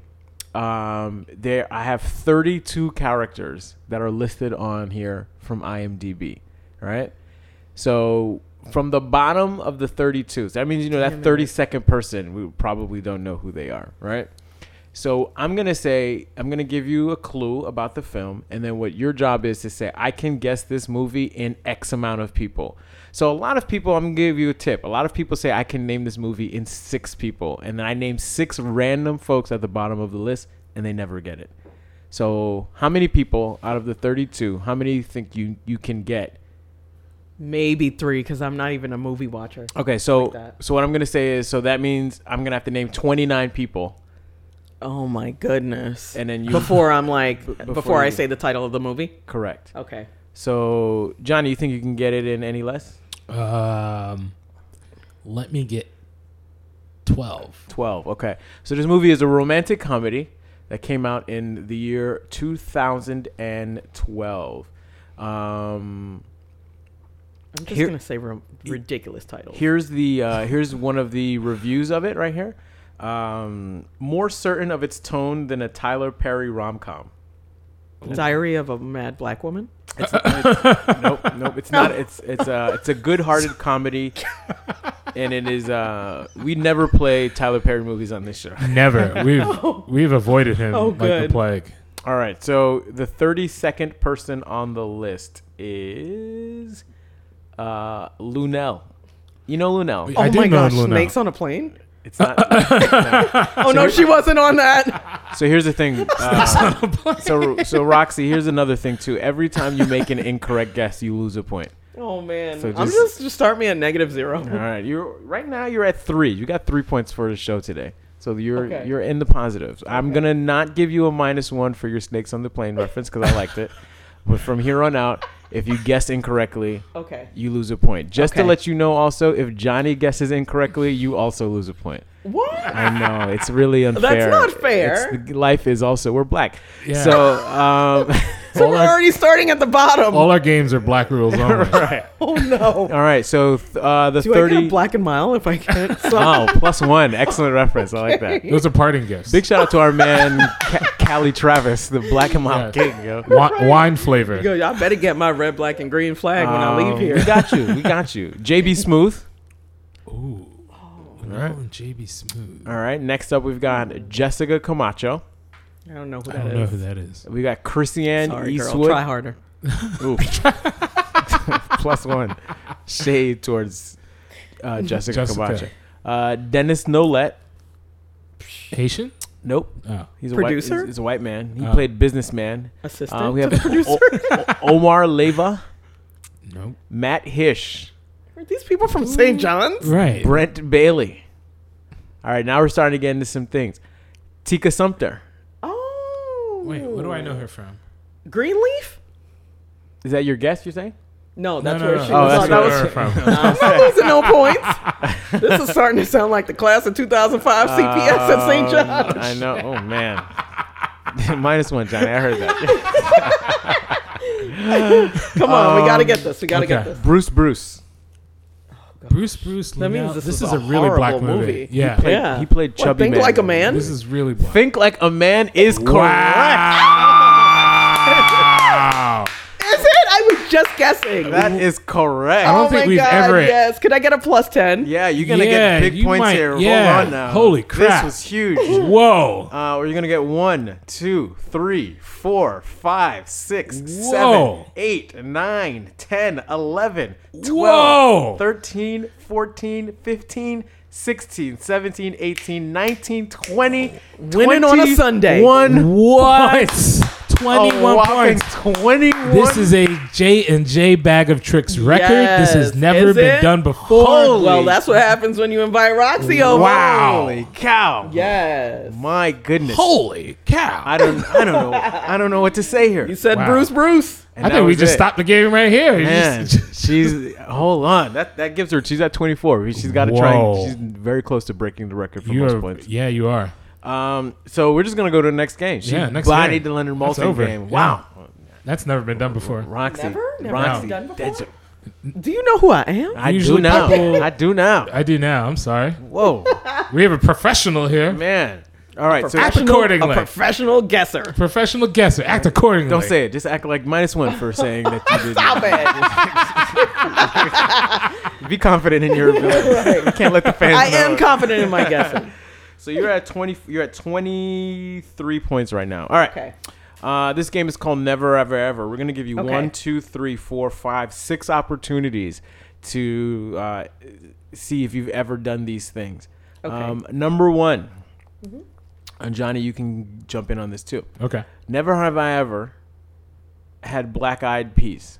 Speaker 1: Um, there, I have 32 characters that are listed on here from IMDb. All right, so from the bottom of the 32, so that means you know that 32nd person we probably don't know who they are, right? So I'm gonna say I'm gonna give you a clue about the film, and then what your job is to say I can guess this movie in X amount of people. So a lot of people, I'm gonna give you a tip. A lot of people say I can name this movie in six people, and then I name six random folks at the bottom of the list, and they never get it. So how many people out of the 32? How many think you you can get?
Speaker 3: Maybe three, because I'm not even a movie watcher.
Speaker 1: Okay, so
Speaker 3: that.
Speaker 1: so what I'm gonna say is so that means I'm gonna have to name 29 people,
Speaker 3: Oh my goodness.
Speaker 1: and then you
Speaker 3: before I'm like, before,
Speaker 1: before
Speaker 3: I
Speaker 1: you-
Speaker 3: say the title of the movie.
Speaker 1: correct.
Speaker 3: Okay.
Speaker 1: So, Johnny, you think you can get it in any less?
Speaker 2: Um, let me get twelve.
Speaker 1: 12. Okay. So, this movie is a romantic comedy that came out in the year 2012. Um,
Speaker 3: I'm just
Speaker 1: Here-
Speaker 3: going to say ri- ridiculous title.
Speaker 1: Here's the uh, here's one of the reviews of it right here. Um, more certain of its tone than a Tyler Perry rom com.
Speaker 3: Diary of a Mad Black Woman.
Speaker 1: It's, it's, nope, nope. It's not. It's it's a it's a good-hearted comedy, and it is. Uh, we never play Tyler Perry movies on this show.
Speaker 2: Never. We've we've avoided him
Speaker 3: Oh,
Speaker 2: like the
Speaker 3: good.
Speaker 2: plague.
Speaker 1: All right, so the 32nd person on the list is uh, Lunel. You know Lunel.
Speaker 2: I
Speaker 3: oh
Speaker 2: do
Speaker 3: my
Speaker 2: know
Speaker 3: gosh,
Speaker 2: Luna.
Speaker 3: Snakes on a Plane?
Speaker 1: It's not. it's not.
Speaker 3: Oh no, she wasn't on that.
Speaker 1: So here's the thing. Uh, so so Roxy, here's another thing too. Every time you make an incorrect guess, you lose a point.
Speaker 3: Oh man.
Speaker 1: So
Speaker 3: I'm
Speaker 1: just-
Speaker 3: just, just start me at negative zero.
Speaker 1: All right, you're right now. You're at three. You got three points for the show today. So you're
Speaker 3: Okay.
Speaker 1: you're in the positives. I'm gonna not give you a minus one for your snakes on the plane reference because I liked it. But from here on out, if you guess incorrectly,
Speaker 3: Okay.
Speaker 1: you lose a point. Just to
Speaker 3: Okay.
Speaker 1: let you know, also, if Johnny guesses incorrectly, you also lose a point.
Speaker 3: What?
Speaker 1: I know it's really unfair.
Speaker 3: not fair.
Speaker 1: It's- life is also we're black,
Speaker 2: Yeah.
Speaker 1: so. Um,
Speaker 3: So we're
Speaker 2: our-
Speaker 3: already starting at the bottom.
Speaker 2: All our games are black rules only.
Speaker 3: oh no.
Speaker 1: all right, so th- uh, the
Speaker 3: Do I get
Speaker 1: thirty.
Speaker 3: a black and mile if I can't?
Speaker 1: oh, plus one, excellent reference. I like that.
Speaker 2: Those are parting gifts.
Speaker 1: Big shout out to our man Ca- Callie Travis, the Black and Mild
Speaker 2: Yes.
Speaker 1: King. Yo.
Speaker 2: Wi- wine flavor.
Speaker 3: Yo, y'all better get my red, black, and green flag when I leave
Speaker 1: Um,
Speaker 3: here.
Speaker 1: we got you. We got you. JB Smooth.
Speaker 2: Ooh.
Speaker 3: Oh.
Speaker 2: All right. JB Smooth.
Speaker 1: All right. Next up, we've got Jessica Camacho.
Speaker 3: I don't know who
Speaker 2: I
Speaker 3: that
Speaker 2: don't know
Speaker 3: is.
Speaker 2: who that is.
Speaker 1: We got Christiane
Speaker 3: Sorry, girl.
Speaker 1: Eastwood.
Speaker 3: Try harder.
Speaker 1: Ooh. Plus one. Shade towards uh, Jessica,
Speaker 2: Jessica.
Speaker 1: Camacho. Uh, Dennis Nolet.
Speaker 2: Haitian?
Speaker 1: Nope.
Speaker 2: Oh.
Speaker 1: He's a White,
Speaker 3: Producer?
Speaker 1: he's, he's a white man. He
Speaker 2: Oh.
Speaker 1: played businessman.
Speaker 3: Assistant
Speaker 1: Uh, we
Speaker 3: to
Speaker 1: have
Speaker 3: the
Speaker 1: O-
Speaker 3: producer.
Speaker 1: O- Omar Leva,
Speaker 2: Nope.
Speaker 1: Matt Hish,
Speaker 3: Are these people from St. John's?
Speaker 2: Right.
Speaker 1: Brent Bailey. All right, now we're starting to get into some things. Tika Sumpter.
Speaker 3: Oh.
Speaker 2: Wait, what do I know her from?
Speaker 3: Greenleaf?
Speaker 1: Is that your guess? You're saying?
Speaker 3: No, that's
Speaker 2: no,
Speaker 3: where
Speaker 2: no.
Speaker 3: she
Speaker 2: Oh,
Speaker 1: that's
Speaker 3: was. that
Speaker 1: where
Speaker 3: was
Speaker 1: her
Speaker 2: from.
Speaker 3: These are no points. This is starting to sound like the class of 2005 CPS at
Speaker 2: Um,
Speaker 3: St. John's.
Speaker 1: Um, I know. Oh man. Minus one, Johnny. I heard that.
Speaker 3: Come on, we got to get this. We got to get
Speaker 2: okay.
Speaker 3: this.
Speaker 1: Bruce Bruce.
Speaker 2: Bruce Bruce.
Speaker 3: That means
Speaker 2: Linnell-
Speaker 3: this
Speaker 2: this,
Speaker 3: is
Speaker 2: is,
Speaker 3: a
Speaker 2: a really black
Speaker 3: horrible
Speaker 2: movie.
Speaker 3: movie.
Speaker 2: Yeah,
Speaker 1: Played-
Speaker 3: Yeah.
Speaker 1: He played
Speaker 3: What,
Speaker 1: Chubby
Speaker 3: Think
Speaker 1: Man.
Speaker 3: Like a Man?
Speaker 2: this is really black.
Speaker 1: Think like a man is correct.
Speaker 2: Wow.
Speaker 3: Is it? I was just guessing. Oh
Speaker 1: That is correct.
Speaker 2: I don't think we've ever-
Speaker 3: Yes. Could I get a plus 10?
Speaker 1: Yeah, you're gonna
Speaker 2: Yeah,
Speaker 1: get big
Speaker 2: you
Speaker 1: points
Speaker 2: might-
Speaker 1: here.
Speaker 2: yeah.
Speaker 1: Hold on now.
Speaker 2: Holy
Speaker 1: This
Speaker 2: crap.
Speaker 1: was huge.
Speaker 2: Whoa.
Speaker 1: Uh, we're gonna get one, two, three, four, five, six, seven,
Speaker 2: Whoa.
Speaker 1: eight, nine, 10, 11, 12,
Speaker 2: Whoa.
Speaker 1: 13, 14, 15, 16, 17, 18, 19, 20.
Speaker 3: Winning on a Sunday.
Speaker 1: One.
Speaker 2: What?
Speaker 1: A
Speaker 2: 21
Speaker 1: whopping
Speaker 2: points.
Speaker 1: 21.
Speaker 2: This is a J and J bag of tricks record. This
Speaker 3: Yes.
Speaker 2: has never
Speaker 3: Is
Speaker 2: been
Speaker 3: it?
Speaker 2: done before.
Speaker 3: Well, that's what happens when you invite Roxy over.
Speaker 2: Wow.
Speaker 1: Holy cow.
Speaker 3: Yes.
Speaker 1: My goodness.
Speaker 2: Holy cow!
Speaker 1: I don't I don't know. I don't know what to say here.
Speaker 3: You said
Speaker 2: Wow.
Speaker 3: Bruce Bruce.
Speaker 1: And
Speaker 2: I
Speaker 1: that
Speaker 2: think we
Speaker 1: was
Speaker 2: just
Speaker 1: it.
Speaker 2: stopped the game right here.
Speaker 1: Man,
Speaker 2: Just- just-
Speaker 1: she's hold on. That that gives her. She's at 24. She's got to try.
Speaker 2: Whoa.
Speaker 1: She's very close to breaking the record for
Speaker 2: you
Speaker 1: most
Speaker 2: are-
Speaker 1: points.
Speaker 2: yeah, you are.
Speaker 1: Um, so we're just gonna go to the next game. She
Speaker 2: Yeah, next
Speaker 1: bodied
Speaker 2: game.
Speaker 1: the Leonard
Speaker 2: That's
Speaker 1: Maltin
Speaker 2: over.
Speaker 1: game.
Speaker 2: Yeah.
Speaker 1: Wow,
Speaker 2: That's never been done before.
Speaker 1: Roxy,
Speaker 3: Never? Never
Speaker 1: Roxy,
Speaker 3: been done before?
Speaker 1: that's a-
Speaker 3: Do you know who I am?
Speaker 1: I do
Speaker 2: Usually
Speaker 1: now.
Speaker 2: people-
Speaker 1: I do now.
Speaker 2: I do now. I'm sorry.
Speaker 1: Whoa,
Speaker 2: We have a professional here.
Speaker 1: man. All right, so
Speaker 2: Act accordingly.
Speaker 3: A professional guesser.
Speaker 2: professional guesser. Act accordingly.
Speaker 1: don't say it. Just act like minus one for saying that you did.
Speaker 3: Stop it.
Speaker 1: Be confident in your ability. You can't let the fans.
Speaker 3: I
Speaker 1: know.
Speaker 2: uh,
Speaker 3: am confident in my guessing.
Speaker 1: So you're at 20. You're at 23 points right now. All right.
Speaker 3: Okay.
Speaker 1: Uh, this game is called Never Ever Ever. We're gonna give you
Speaker 3: Okay.
Speaker 1: one, two, three, four, five, six opportunities to uh, see if you've ever done these things. Um,
Speaker 3: Okay. Mm-hmm.
Speaker 1: number one, and Johnny, you can jump in on this too.
Speaker 2: Okay.
Speaker 1: Never have I ever had black-eyed peas.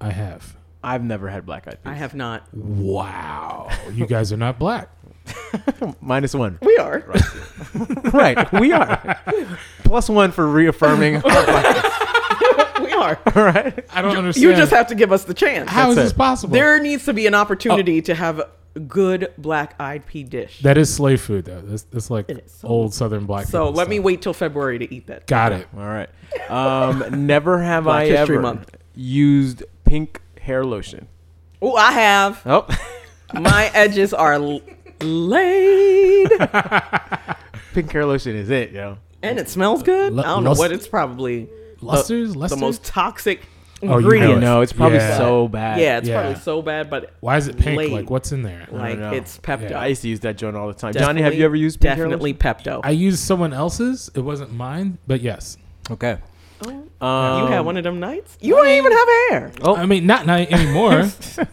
Speaker 2: I have.
Speaker 1: I've never had black-eyed peas.
Speaker 3: I have not.
Speaker 2: Wow. You guys are not black.
Speaker 1: Minus one.
Speaker 3: We are.
Speaker 1: right. We are. Plus one for reaffirming. All
Speaker 3: We are.
Speaker 1: right.
Speaker 2: I don't understand.
Speaker 3: You just have to give us the chance.
Speaker 2: How is
Speaker 1: That's
Speaker 2: this
Speaker 1: it.
Speaker 2: possible? Oh.
Speaker 3: There needs to be an opportunity to have a good black eyed pea dish.
Speaker 2: that is slave food though. That's, that's like
Speaker 3: It is.
Speaker 2: old Southern black.
Speaker 3: So
Speaker 2: people
Speaker 3: let me
Speaker 2: stuff.
Speaker 3: wait till February to eat that.
Speaker 2: Got it.
Speaker 1: All right. Um, never have
Speaker 3: Black
Speaker 1: I
Speaker 3: History
Speaker 1: ever
Speaker 3: Month.
Speaker 1: used pink hair lotion.
Speaker 3: Oh, I have.
Speaker 1: Oh,
Speaker 3: My edges are l- laid.
Speaker 1: pink hair lotion is it, yo?
Speaker 3: And it smells good.
Speaker 2: Lu-
Speaker 3: I don't know
Speaker 2: lust-
Speaker 3: what it's probably.
Speaker 2: Lusters.
Speaker 3: the
Speaker 2: Lusters.
Speaker 3: most toxic
Speaker 2: Oh, you
Speaker 1: I
Speaker 2: Really?
Speaker 1: don't
Speaker 3: ingredient.
Speaker 1: know. It's probably
Speaker 2: Yeah.
Speaker 1: so bad.
Speaker 3: yeah, it's
Speaker 2: Yeah.
Speaker 3: probably so bad, but
Speaker 2: Why is it pink?
Speaker 3: Late.
Speaker 2: Like what's in there?
Speaker 3: like
Speaker 1: know.
Speaker 3: it's Pepto.
Speaker 1: I used to use that joint all the time.
Speaker 3: Definitely-
Speaker 1: Johnny, have you ever used pink
Speaker 3: definitely Pepto?
Speaker 2: I used someone else's. It wasn't mine, but yes.
Speaker 1: hair lotion? Okay.
Speaker 3: you
Speaker 1: Um,
Speaker 3: had one of them nights. You don't even have hair.
Speaker 1: Oh.
Speaker 2: I mean, not not anymore.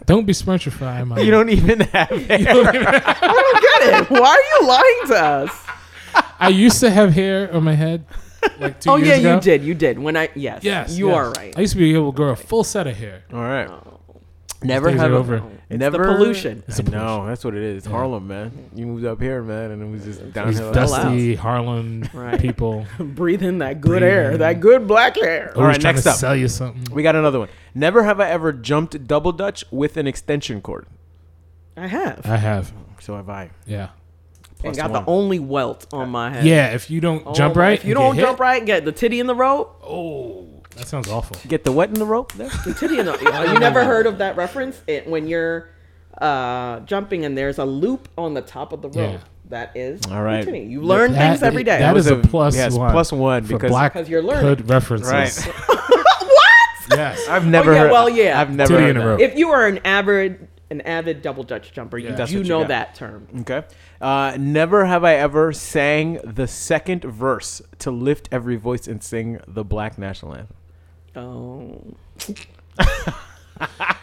Speaker 2: don't be smirchifying my.
Speaker 1: you don't even have hair.
Speaker 3: I don't get it. Why are you lying to us?
Speaker 2: I used to have hair on my head, like two
Speaker 3: Oh
Speaker 2: years
Speaker 3: yeah,
Speaker 2: ago.
Speaker 3: you did. You did. When I yes,
Speaker 2: Yes,
Speaker 3: you
Speaker 2: yes.
Speaker 3: are right.
Speaker 2: I used to be able to grow a full set of hair.
Speaker 1: all right. Never
Speaker 2: Things
Speaker 1: have
Speaker 2: are over.
Speaker 1: Never.
Speaker 3: the pollution.
Speaker 1: I know. That's what it is. Harlem, man. You moved up here, man, and it was just
Speaker 2: These
Speaker 1: downhill.
Speaker 2: dusty Harlem
Speaker 3: Right.
Speaker 2: people.
Speaker 3: Breathe in that good air, that good black air.
Speaker 2: Always trying
Speaker 1: next
Speaker 2: to
Speaker 1: up.
Speaker 2: sell you something.
Speaker 1: We got another one. Never have I ever jumped double dutch with an extension cord.
Speaker 3: I have.
Speaker 2: I have.
Speaker 1: So have I.
Speaker 2: Yeah.
Speaker 3: and
Speaker 1: plus
Speaker 3: got
Speaker 1: one.
Speaker 3: the only welt on my head.
Speaker 2: Yeah. If you don't
Speaker 3: Oh
Speaker 2: jump
Speaker 3: my-
Speaker 2: right,
Speaker 3: If you don't jump right and get the titty in the rope,
Speaker 2: Oh, that sounds awful.
Speaker 1: Get the wet in the rope there.
Speaker 3: the titty in the. you never heard of that reference? It, when you're uh, jumping and there's a loop on the top of the rope.
Speaker 2: Yeah.
Speaker 3: That is
Speaker 1: All right.
Speaker 3: the titty. You learn
Speaker 2: That-
Speaker 3: things every day.
Speaker 2: That
Speaker 1: was
Speaker 2: is a
Speaker 1: a-
Speaker 2: plus
Speaker 1: yes,
Speaker 2: one.
Speaker 1: plus one
Speaker 2: for
Speaker 1: because-
Speaker 2: black
Speaker 3: 'Cause you're learning.
Speaker 2: hood references.
Speaker 1: Right.
Speaker 3: what?
Speaker 2: Yes.
Speaker 1: I've never.
Speaker 3: Oh, yeah,
Speaker 1: heard,
Speaker 3: well, yeah.
Speaker 1: I've never.
Speaker 2: Titty
Speaker 1: heard
Speaker 2: in a
Speaker 1: that.
Speaker 2: row.
Speaker 3: If you are an avid an avid double dutch jumper, you,
Speaker 1: That's
Speaker 3: you
Speaker 1: what you
Speaker 3: know
Speaker 1: got.
Speaker 3: that term.
Speaker 1: Okay. Uh, never have I ever sang the second verse to lift every voice and sing the Black National Anthem.
Speaker 3: Oh,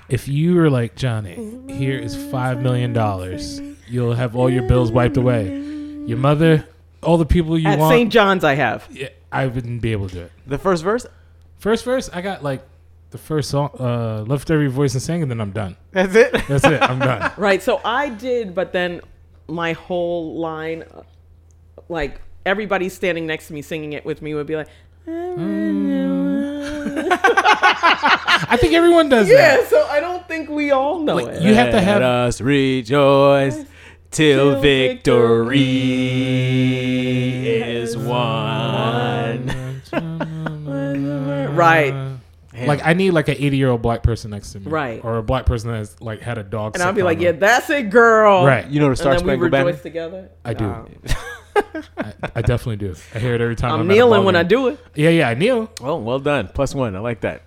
Speaker 2: If you were like Johnny, here is five million dollars. You'll have all your bills wiped away. Your mother, all the people you
Speaker 3: at
Speaker 2: want.
Speaker 3: St. John's, I have.
Speaker 2: Yeah, I wouldn't be able to do it.
Speaker 1: The first verse.
Speaker 2: First verse, I got like the first song, uh, left every voice and sang, and then I'm done.
Speaker 1: That's it.
Speaker 2: That's it. I'm done.
Speaker 3: Right. So I did, but then my whole line, uh, like everybody standing next to me singing it with me, would be like.
Speaker 2: I think everyone does
Speaker 3: Yeah,
Speaker 2: that.
Speaker 3: so I don't think we all know
Speaker 2: Like,
Speaker 3: it.
Speaker 2: you have to
Speaker 1: Let
Speaker 2: have
Speaker 1: us rejoice till
Speaker 3: Till
Speaker 1: victory is won.
Speaker 3: Right.
Speaker 2: Like I need like an eighty year old black person next to me,
Speaker 3: Right.
Speaker 2: Or a black person that's like had a dog.
Speaker 3: And I'll be
Speaker 2: sit
Speaker 3: like,
Speaker 2: on
Speaker 3: yeah,
Speaker 2: them.
Speaker 3: that's it, girl.
Speaker 2: right.
Speaker 1: You know the Star
Speaker 3: and then we
Speaker 1: Spangled Banner?
Speaker 3: rejoice together.
Speaker 2: I do.
Speaker 3: Nah.
Speaker 2: I, I definitely do. I hear it every time.
Speaker 3: I'm
Speaker 2: at a
Speaker 3: kneeling
Speaker 2: ball
Speaker 3: when I
Speaker 2: game.
Speaker 3: do it.
Speaker 2: Yeah, yeah, I kneel.
Speaker 1: Oh, well done. Plus one. I like that.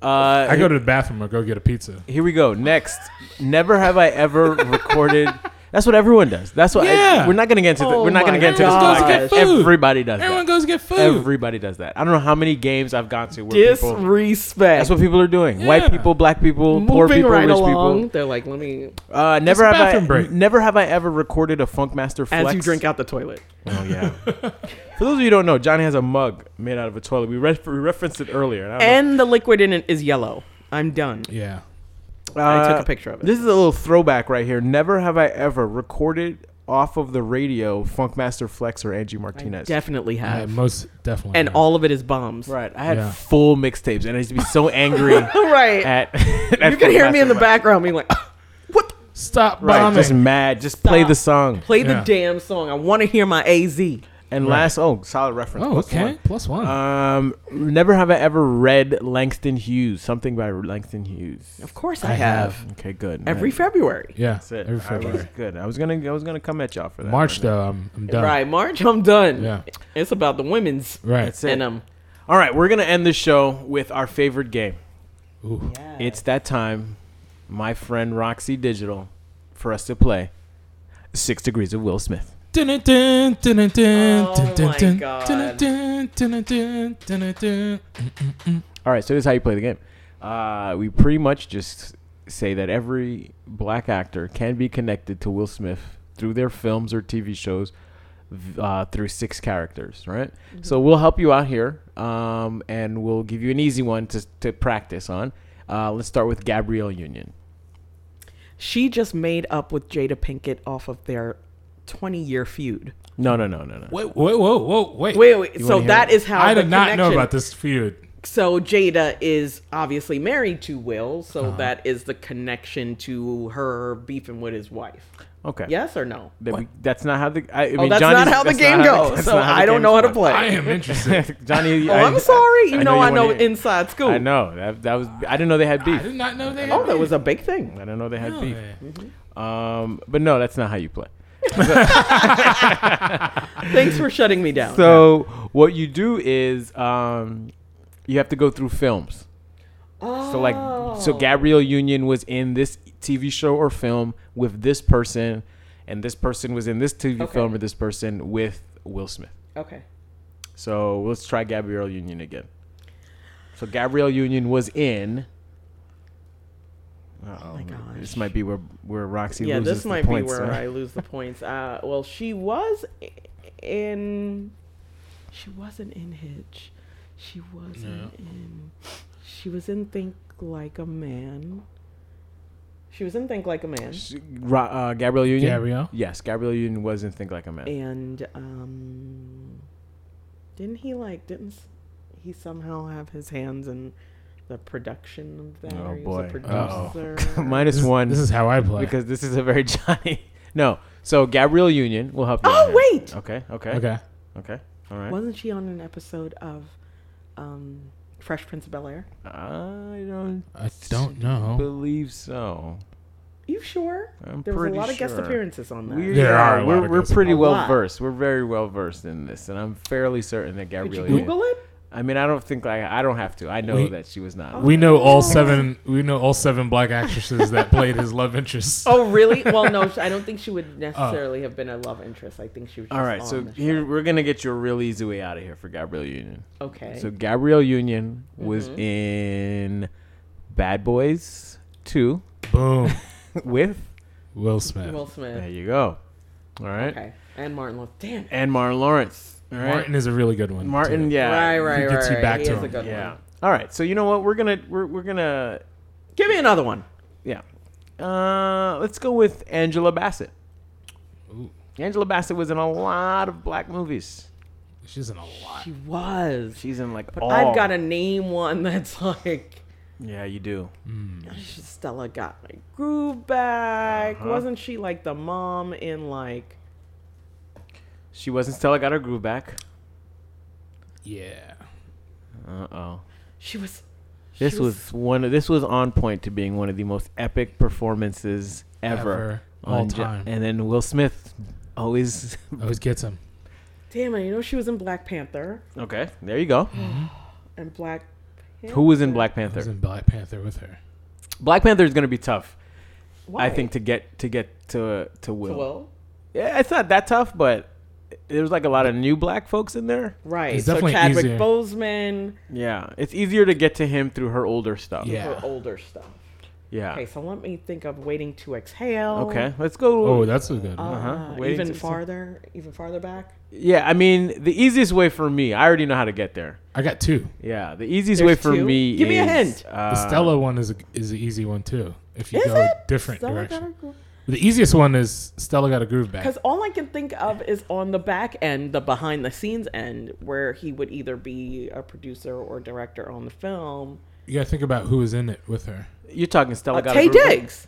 Speaker 1: Uh,
Speaker 2: I go to the bathroom or go get a pizza.
Speaker 1: Here we go. Next, never have I ever recorded. That's what everyone does. That's what. I-
Speaker 2: Yeah.
Speaker 1: we're not gonna get into. The,
Speaker 3: Oh
Speaker 1: we're not gonna
Speaker 3: my
Speaker 1: get into this
Speaker 3: gosh.
Speaker 1: podcast.
Speaker 2: Just get food.
Speaker 1: Everybody does.
Speaker 2: Everyone
Speaker 1: that.
Speaker 2: goes get food.
Speaker 1: Everybody does that. I don't know how many games I've gone to where people.
Speaker 3: Disrespect.
Speaker 1: That's what people are doing. White
Speaker 2: Yeah.
Speaker 1: people, black people,
Speaker 3: Moving
Speaker 1: poor people,
Speaker 3: right
Speaker 1: rich
Speaker 3: along,
Speaker 1: people.
Speaker 3: they're like, let me
Speaker 1: Uh, never have
Speaker 2: It's a
Speaker 1: I.
Speaker 2: bathroom break.
Speaker 1: Never have I ever recorded a Funkmaster
Speaker 3: as
Speaker 1: flex.
Speaker 3: you drink out the toilet.
Speaker 1: Oh yeah. For those of you who don't know, Johnny has a mug made out of a toilet. We, re- we referenced it earlier. And I don't know-
Speaker 3: And the liquid in it is yellow. I'm done.
Speaker 2: Yeah.
Speaker 3: I took
Speaker 1: Uh,
Speaker 3: a picture of it.
Speaker 1: This is a little throwback right here. Never have I ever recorded off of the radio Funkmaster Flex or Angie Martinez.
Speaker 3: Definitely
Speaker 2: I
Speaker 3: have.
Speaker 2: most definitely.
Speaker 3: And
Speaker 2: am.
Speaker 3: all of it is bombs.
Speaker 1: right. I had
Speaker 2: Yeah.
Speaker 1: full mixtapes and I used to be so angry at,
Speaker 3: Right.
Speaker 1: at
Speaker 3: you can hear me in the
Speaker 1: Funkmaster Flex.
Speaker 3: background being like, "Ah, what? the-
Speaker 2: stop
Speaker 1: Right.
Speaker 2: bombing.
Speaker 1: Just mad. Just play
Speaker 3: Stop.
Speaker 1: the song.
Speaker 3: Play the
Speaker 2: Yeah.
Speaker 3: damn song. I want to hear my AZ.
Speaker 1: And last oh, solid reference.
Speaker 2: oh,
Speaker 1: Plus
Speaker 2: okay.
Speaker 1: one.
Speaker 2: Plus one.
Speaker 1: Um never have I ever read Langston Hughes, something by Langston Hughes.
Speaker 3: Of course I,
Speaker 2: I
Speaker 3: have.
Speaker 2: have.
Speaker 1: Okay, good.
Speaker 3: Every
Speaker 1: Right.
Speaker 3: February.
Speaker 2: yeah.
Speaker 1: That's it.
Speaker 2: Every
Speaker 1: I was
Speaker 2: February.
Speaker 1: good. I was gonna I was gonna come at y'all for that.
Speaker 2: March
Speaker 1: one.
Speaker 2: though, I'm, I'm done.
Speaker 3: Right, March, I'm done.
Speaker 2: Yeah.
Speaker 3: It's about the women's
Speaker 2: Right.
Speaker 1: That's it.
Speaker 3: and um
Speaker 1: All right, we're gonna end the show with our favorite game.
Speaker 2: Ooh.
Speaker 1: It's that time, my friend Roxy Digital, for us to play Six Degrees of Will Smith.
Speaker 2: Dun, dun, dun, dun, dun,
Speaker 3: Oh
Speaker 2: dun,
Speaker 3: my
Speaker 2: dun,
Speaker 3: Oh God.
Speaker 2: dun, dun, dun, dun, dun, dun.
Speaker 1: All right, so this is how you play the game. Uh, we pretty much just say that every black actor can be connected to Will Smith through their films or TV shows v- uh, through six characters, right? So we'll help you out here, um, and we'll give you an easy one to, to practice on. Uh, let's start with Gabrielle Union.
Speaker 3: she just made up with Jada Pinkett off of their 20 year feud.
Speaker 1: No, no, no, no, no.
Speaker 2: Wait, wait, whoa, whoa, wait.
Speaker 3: Wait, wait. So
Speaker 1: hear
Speaker 3: that
Speaker 1: it?
Speaker 3: is how
Speaker 2: I
Speaker 3: the
Speaker 2: did not know
Speaker 3: connection-
Speaker 2: about this feud.
Speaker 3: So Jada is obviously married to Will, so
Speaker 1: Uh-huh.
Speaker 3: that is the connection to her beefing with his wife.
Speaker 1: Okay.
Speaker 3: Yes or no?
Speaker 1: That we, that's not how the. I, I mean,
Speaker 3: Oh, that's
Speaker 1: Johnny's-
Speaker 3: not how the
Speaker 1: that's
Speaker 3: game
Speaker 1: not how the-
Speaker 3: goes.
Speaker 1: that's
Speaker 3: so
Speaker 1: not how the
Speaker 3: I
Speaker 1: game's
Speaker 3: don't know how to
Speaker 1: played.
Speaker 3: play.
Speaker 2: I am interested.
Speaker 1: Johnny,
Speaker 3: oh, I, am sorry. You know, I
Speaker 1: you
Speaker 3: know
Speaker 1: wanna-
Speaker 3: inside school.
Speaker 1: I know that that was. I didn't know they had
Speaker 2: I
Speaker 1: beef.
Speaker 2: did not know they.
Speaker 3: Oh, that was a big thing.
Speaker 1: I didn't know they had beef.
Speaker 2: Yeah.
Speaker 1: Um, but no, that's not how you play.
Speaker 3: Thanks for shutting me down.
Speaker 1: So what you do is um, you have to go through films. So like, so
Speaker 3: Oh.
Speaker 1: Gabrielle Union was in this TV show or film with this person, and this person was in this TV
Speaker 3: Okay.
Speaker 1: film or this person with Will Smith.
Speaker 3: okay.
Speaker 1: So let's try Gabrielle Union again. So Gabrielle Union was in. Oh
Speaker 3: my gosh.
Speaker 1: This might be where where Roxy
Speaker 3: Yeah,
Speaker 1: loses
Speaker 3: this
Speaker 1: the
Speaker 3: might be
Speaker 1: points,
Speaker 3: where
Speaker 1: huh?
Speaker 3: I lose the points. Uh, well, she was i- in. She wasn't in Hitch. She wasn't in. She was in Think Like a Man. She was in Think Like a Man,
Speaker 1: She- Ro- uh, Gabrielle Union.
Speaker 2: Gabrielle?
Speaker 1: Yes, Gabrielle Union was in Think Like a Man.
Speaker 3: and um, didn't he like? Didn't s- he somehow have his hands in the production of that?
Speaker 1: Oh,
Speaker 3: or he
Speaker 1: boy.
Speaker 3: was a
Speaker 1: Uh-oh.
Speaker 3: producer.
Speaker 1: Minus
Speaker 2: This,
Speaker 1: one
Speaker 2: this is how I play.
Speaker 1: because this is a very Johnny. No, so Gabrielle Union will help you.
Speaker 3: Oh,
Speaker 1: out here.
Speaker 3: wait!
Speaker 1: Okay. Okay. Okay.
Speaker 2: okay.
Speaker 1: Okay. All right.
Speaker 3: Wasn't she on an episode of um, Fresh Prince of Bel Air?
Speaker 1: I don't
Speaker 2: I don't know.
Speaker 1: believe so.
Speaker 3: You sure?
Speaker 1: I'm
Speaker 3: There was
Speaker 1: pretty
Speaker 3: a lot of guest
Speaker 1: sure.
Speaker 3: appearances on that.
Speaker 1: We
Speaker 2: There
Speaker 1: are.
Speaker 2: are a lot
Speaker 1: We're,
Speaker 2: of
Speaker 1: we're
Speaker 2: gossip.
Speaker 1: pretty
Speaker 3: A
Speaker 1: well
Speaker 3: lot.
Speaker 1: versed. We're very well versed in this, and I'm fairly certain that
Speaker 3: Did you
Speaker 1: Gabrielle. Union-
Speaker 3: Google it?
Speaker 1: I mean, I don't think like I don't have to. I know
Speaker 2: We-
Speaker 1: that she was not.
Speaker 2: We know all seven. We know all seven black actresses that played his love interests.
Speaker 3: Oh, really? Well, no, I don't think she would necessarily have been a love interest. I think she was. Just
Speaker 1: all right,
Speaker 3: on
Speaker 1: so
Speaker 3: the show.
Speaker 1: here we're gonna get you a real easy way out of here for Gabrielle Union.
Speaker 3: Okay. Mm-hmm.
Speaker 1: So Gabrielle Union was in Bad Boys Two
Speaker 2: Boom.
Speaker 1: with
Speaker 2: Will Smith.
Speaker 3: Will
Speaker 1: there
Speaker 3: Smith.
Speaker 1: you go. All right,
Speaker 3: Okay. And Martin Luther. Damn. it.
Speaker 1: and Martin Lawrence. All right,
Speaker 2: Martin is a really good one.
Speaker 1: Martin,
Speaker 2: too.
Speaker 1: yeah,
Speaker 3: right, right, right.
Speaker 2: gets you
Speaker 3: right.
Speaker 2: back
Speaker 3: he
Speaker 2: to
Speaker 3: is a
Speaker 2: him.
Speaker 3: good
Speaker 1: yeah.
Speaker 3: one.
Speaker 1: All right, so you know what? We're gonna we're we're gonna
Speaker 3: Give me another one.
Speaker 1: Yeah. Uh, let's go with Angela Bassett. Angela Bassett was in a lot of black movies.
Speaker 2: She's in a lot.
Speaker 3: She was.
Speaker 1: She's in like
Speaker 3: but
Speaker 1: all.
Speaker 3: I've got to name one that's like
Speaker 1: Yeah, you do.
Speaker 3: Stella got my groove back.
Speaker 1: Uh-huh.
Speaker 3: Wasn't she like the mom in like
Speaker 1: She wasn't Stella got her groove back.
Speaker 2: Yeah.
Speaker 1: Uh oh.
Speaker 3: she was? she
Speaker 1: This was, one. Of, this was on point to being one of the most epic performances ever,
Speaker 2: Ever. All
Speaker 1: on Ja-
Speaker 2: time.
Speaker 1: and then Will Smith always.
Speaker 2: Always gets him.
Speaker 3: Damn, I know she was in Black Panther
Speaker 1: okay, there you go.
Speaker 3: and Black.
Speaker 1: Who was in Black
Speaker 2: I was
Speaker 1: Panther?
Speaker 2: in Black Panther with her.
Speaker 1: Black Panther is going to be tough,
Speaker 3: Why?
Speaker 1: I think, to get to get to to Will.
Speaker 3: Will.
Speaker 1: Yeah, it's not that tough, but there's like a lot of new black folks in there.
Speaker 3: Right.
Speaker 2: It's
Speaker 3: so
Speaker 2: definitely
Speaker 3: Chadwick
Speaker 2: easier.
Speaker 3: Boseman,
Speaker 1: Yeah, it's easier to get to him through her older stuff.
Speaker 2: Yeah.
Speaker 3: her older stuff.
Speaker 1: Yeah.
Speaker 3: Okay, so let me think of Waiting to Exhale.
Speaker 1: Okay, let's go.
Speaker 2: Oh, that's a good
Speaker 3: Uh,
Speaker 2: one.
Speaker 1: Waiting to
Speaker 3: even
Speaker 1: Exhale.
Speaker 3: farther, even farther back.
Speaker 1: Yeah, I mean, the easiest way for me, I already know how to get there.
Speaker 2: I got two.
Speaker 1: Yeah, the easiest
Speaker 3: There's
Speaker 1: way for
Speaker 3: two?
Speaker 1: me.
Speaker 3: Give me a
Speaker 1: is,
Speaker 3: hint.
Speaker 1: Uh,
Speaker 2: The Stella one is a, is an easy one too. If you
Speaker 3: Is
Speaker 2: go
Speaker 3: it?
Speaker 2: different
Speaker 3: Stella got her
Speaker 2: direction,
Speaker 3: groove.
Speaker 2: the easiest one is Stella got a groove back.
Speaker 3: Because all I can think of is on the back end, the behind the scenes end, where he would either be a producer or director on the film.
Speaker 2: You gotta think about who was in it with her.
Speaker 1: You're talking Stella.
Speaker 3: Uh,
Speaker 1: got
Speaker 3: Tay
Speaker 1: a groove?
Speaker 3: Diggs,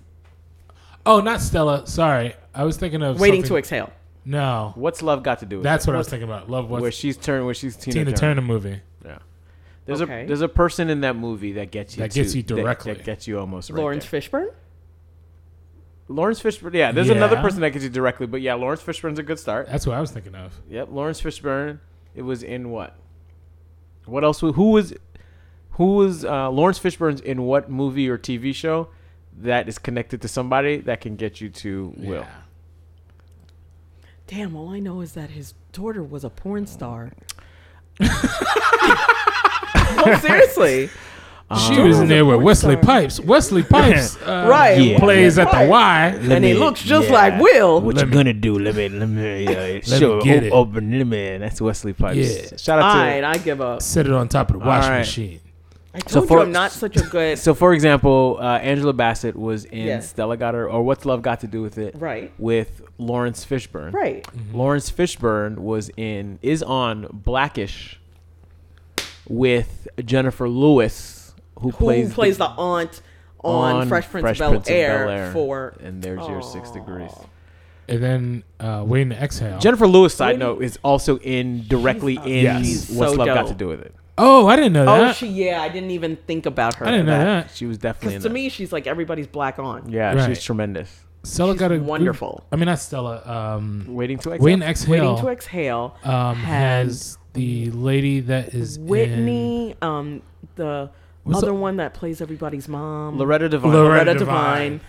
Speaker 2: Oh, not Stella. Sorry, I was thinking of
Speaker 3: Waiting to
Speaker 2: something-
Speaker 3: Exhale.
Speaker 2: No,
Speaker 1: What's love got to do with
Speaker 2: that's what I was thinking about. Love
Speaker 1: it?
Speaker 2: was
Speaker 1: Where she's turned, where she's Tina,
Speaker 2: Tina Turner,
Speaker 1: Turner.
Speaker 2: movie.
Speaker 1: There's
Speaker 3: Okay.
Speaker 1: a there's a person in that movie that gets you
Speaker 2: That gets
Speaker 1: to-
Speaker 2: you directly.
Speaker 1: That, that gets you almost right
Speaker 3: Lawrence
Speaker 1: there.
Speaker 3: Fishburne.
Speaker 1: Lawrence Fishburne. Yeah, there's another
Speaker 2: Yeah.
Speaker 1: person that gets you directly, but yeah, Lawrence Fishburne's a good start.
Speaker 2: That's what I was thinking of.
Speaker 1: Yep, Lawrence Fishburne. It was in what? What else? wa- Who was? Who was uh, Lawrence Fishburne's in what movie or TV show that is connected to somebody that can get you to Will?
Speaker 2: Yeah.
Speaker 3: Damn, all I know is that his daughter was a porn star. oh, seriously?
Speaker 1: Uh,
Speaker 2: She was in there with
Speaker 3: porn
Speaker 2: Wesley
Speaker 3: star.
Speaker 2: Pipes. Wesley Pipes, uh,
Speaker 3: Right.
Speaker 2: who
Speaker 1: Yeah.
Speaker 2: plays at the
Speaker 3: Right.
Speaker 2: Y.
Speaker 4: Let
Speaker 3: and he
Speaker 4: me-
Speaker 3: looks just
Speaker 4: yeah.
Speaker 3: like Will.
Speaker 4: What
Speaker 2: Let
Speaker 4: you
Speaker 2: me-
Speaker 4: gonna do? Let me, let me, uh,
Speaker 2: me
Speaker 4: show
Speaker 2: get
Speaker 4: o-
Speaker 2: it.
Speaker 4: open
Speaker 1: New man, that's Wesley Pipes.
Speaker 2: Yeah.
Speaker 1: Shout
Speaker 3: All
Speaker 1: out to.
Speaker 3: right, I give up.
Speaker 2: Set it on top of the washing
Speaker 1: right.
Speaker 2: machine.
Speaker 3: I told
Speaker 1: So for-
Speaker 3: you I'm not such a good.
Speaker 1: So, for example, uh, Angela Bassett was in
Speaker 3: Yeah.
Speaker 1: Stella Got Her, or What's Love Got to Do with It?
Speaker 3: Right.
Speaker 1: With Lawrence Fishburne.
Speaker 3: right.
Speaker 1: Lawrence Fishburne was in is on Blackish with Jennifer Lewis, who,
Speaker 3: Who
Speaker 1: plays
Speaker 3: plays, the aunt on, Fresh Prince of Bel Air for.
Speaker 1: and there's your six degrees.
Speaker 2: And then uh, waiting to exhale.
Speaker 1: Jennifer Lewis, side
Speaker 3: Wait.
Speaker 1: note, is also in directly
Speaker 3: She's-
Speaker 1: in
Speaker 2: Yes.
Speaker 3: she's
Speaker 1: What's
Speaker 3: so
Speaker 1: Love Got
Speaker 3: dope.
Speaker 1: to Do with It.
Speaker 2: oh, I didn't know that.
Speaker 3: Oh, she, yeah, I didn't even think about her.
Speaker 2: I didn't know that.
Speaker 1: She was definitely in
Speaker 3: Because to
Speaker 1: that.
Speaker 3: me, she's like everybody's black on.
Speaker 1: yeah,
Speaker 2: Right.
Speaker 1: she's tremendous.
Speaker 2: Stella
Speaker 3: She's
Speaker 2: got a
Speaker 3: wonderful.
Speaker 2: I mean, not Stella. Um,
Speaker 1: Waiting to exhale.
Speaker 2: Wayne Exhale
Speaker 3: Waiting to Exhale
Speaker 2: um,
Speaker 3: has
Speaker 2: has the lady that is in
Speaker 3: Whitney, um, the
Speaker 2: What's
Speaker 3: other
Speaker 2: the-
Speaker 3: one that plays everybody's mom,
Speaker 1: Loretta Devine.
Speaker 2: Loretta-
Speaker 3: Loretta
Speaker 2: Devine.
Speaker 3: Divine,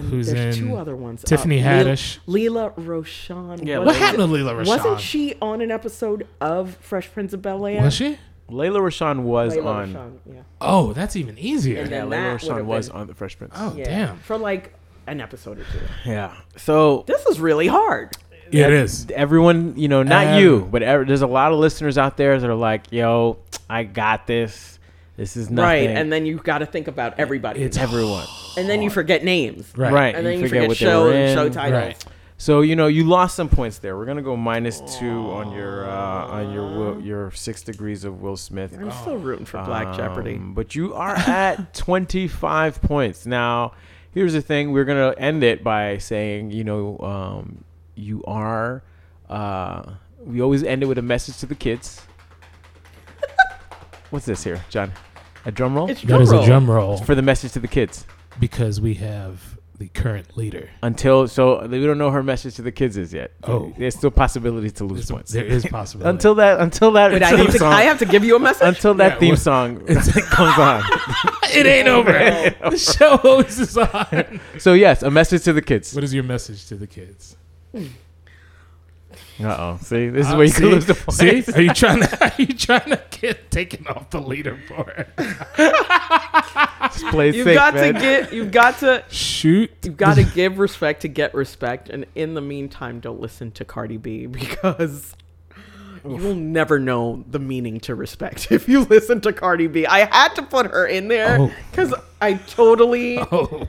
Speaker 3: and
Speaker 2: Who's
Speaker 3: there's
Speaker 2: in
Speaker 3: two other ones.
Speaker 2: Tiffany
Speaker 3: Leela-
Speaker 2: Haddish.
Speaker 3: Leela Roshan.
Speaker 1: Yeah,
Speaker 3: was-
Speaker 2: What happened to Leela Rashan?
Speaker 3: Wasn't she on an episode of Fresh Prince of Bel Air?
Speaker 2: Was she?
Speaker 1: Layla Rashan was
Speaker 3: Leela
Speaker 1: on.
Speaker 3: Roshan, yeah.
Speaker 2: Oh, that's even easier.
Speaker 3: And
Speaker 1: Yeah,
Speaker 3: then
Speaker 1: Layla
Speaker 3: that
Speaker 1: Rashan
Speaker 3: would've
Speaker 1: was
Speaker 3: been-
Speaker 1: on The Fresh Prince.
Speaker 2: oh,
Speaker 3: yeah,
Speaker 2: damn.
Speaker 3: For like an episode or two.
Speaker 1: Yeah. So
Speaker 3: This is really hard.
Speaker 2: Yeah, it is.
Speaker 1: everyone, you know, not
Speaker 2: Um,
Speaker 1: you, but ev- there's a lot of listeners out there that are like, "Yo, I got this. This is nothing."
Speaker 3: Right. And then you've got to think about everybody.
Speaker 2: It's
Speaker 1: everyone,
Speaker 3: and then you forget names.
Speaker 2: Right.
Speaker 1: right?
Speaker 3: And then you
Speaker 1: forget
Speaker 3: forget,
Speaker 1: what they
Speaker 3: show
Speaker 1: were
Speaker 3: and show
Speaker 1: in.
Speaker 3: titles.
Speaker 2: Right.
Speaker 1: So you know, you lost some points there. We're gonna go minus two on your uh, on your Will, your six degrees of Will Smith.
Speaker 3: I'm still rooting for Black
Speaker 1: Um,
Speaker 3: Jeopardy.
Speaker 1: But you are at 25 points. Now, here's the thing. We're going to end it by saying, you know, um, you are, uh, we always end it with a message to the kids. What's this here, John? A drum roll?
Speaker 3: It's
Speaker 2: That
Speaker 3: drum
Speaker 2: is a
Speaker 3: roll.
Speaker 2: drum roll
Speaker 1: For the message to the kids.
Speaker 2: because we have the current leader.
Speaker 1: Until, so we don't know her message to the kids is yet.
Speaker 2: Oh.
Speaker 1: There's still possibilities to lose
Speaker 2: There's a-
Speaker 1: points.
Speaker 2: there is possibility.
Speaker 1: Until that, until that
Speaker 3: Wait, I,
Speaker 1: theme
Speaker 3: need to, I
Speaker 1: song,
Speaker 3: have to give you a message.
Speaker 1: until that
Speaker 2: Yeah,
Speaker 1: theme
Speaker 2: what-
Speaker 1: song comes on.
Speaker 2: it ain't over. the show always is on.
Speaker 1: So yes, a message to the kids.
Speaker 2: What is your message to the kids?
Speaker 1: Uh oh. See, this is where you
Speaker 2: see,
Speaker 1: can lose the points.
Speaker 2: see? Are you trying to? Are you trying to get taken off the leaderboard?
Speaker 1: Play
Speaker 3: you've
Speaker 1: safe,
Speaker 3: got
Speaker 1: man.
Speaker 3: to get. You've got to.
Speaker 2: Shoot.
Speaker 3: You've got to give respect to get respect, and in the meantime, don't listen to Cardi B because you will never know the meaning to respect if you listen to Cardi B. I had to put her in there
Speaker 2: Oh.
Speaker 3: because I totally
Speaker 2: Oh,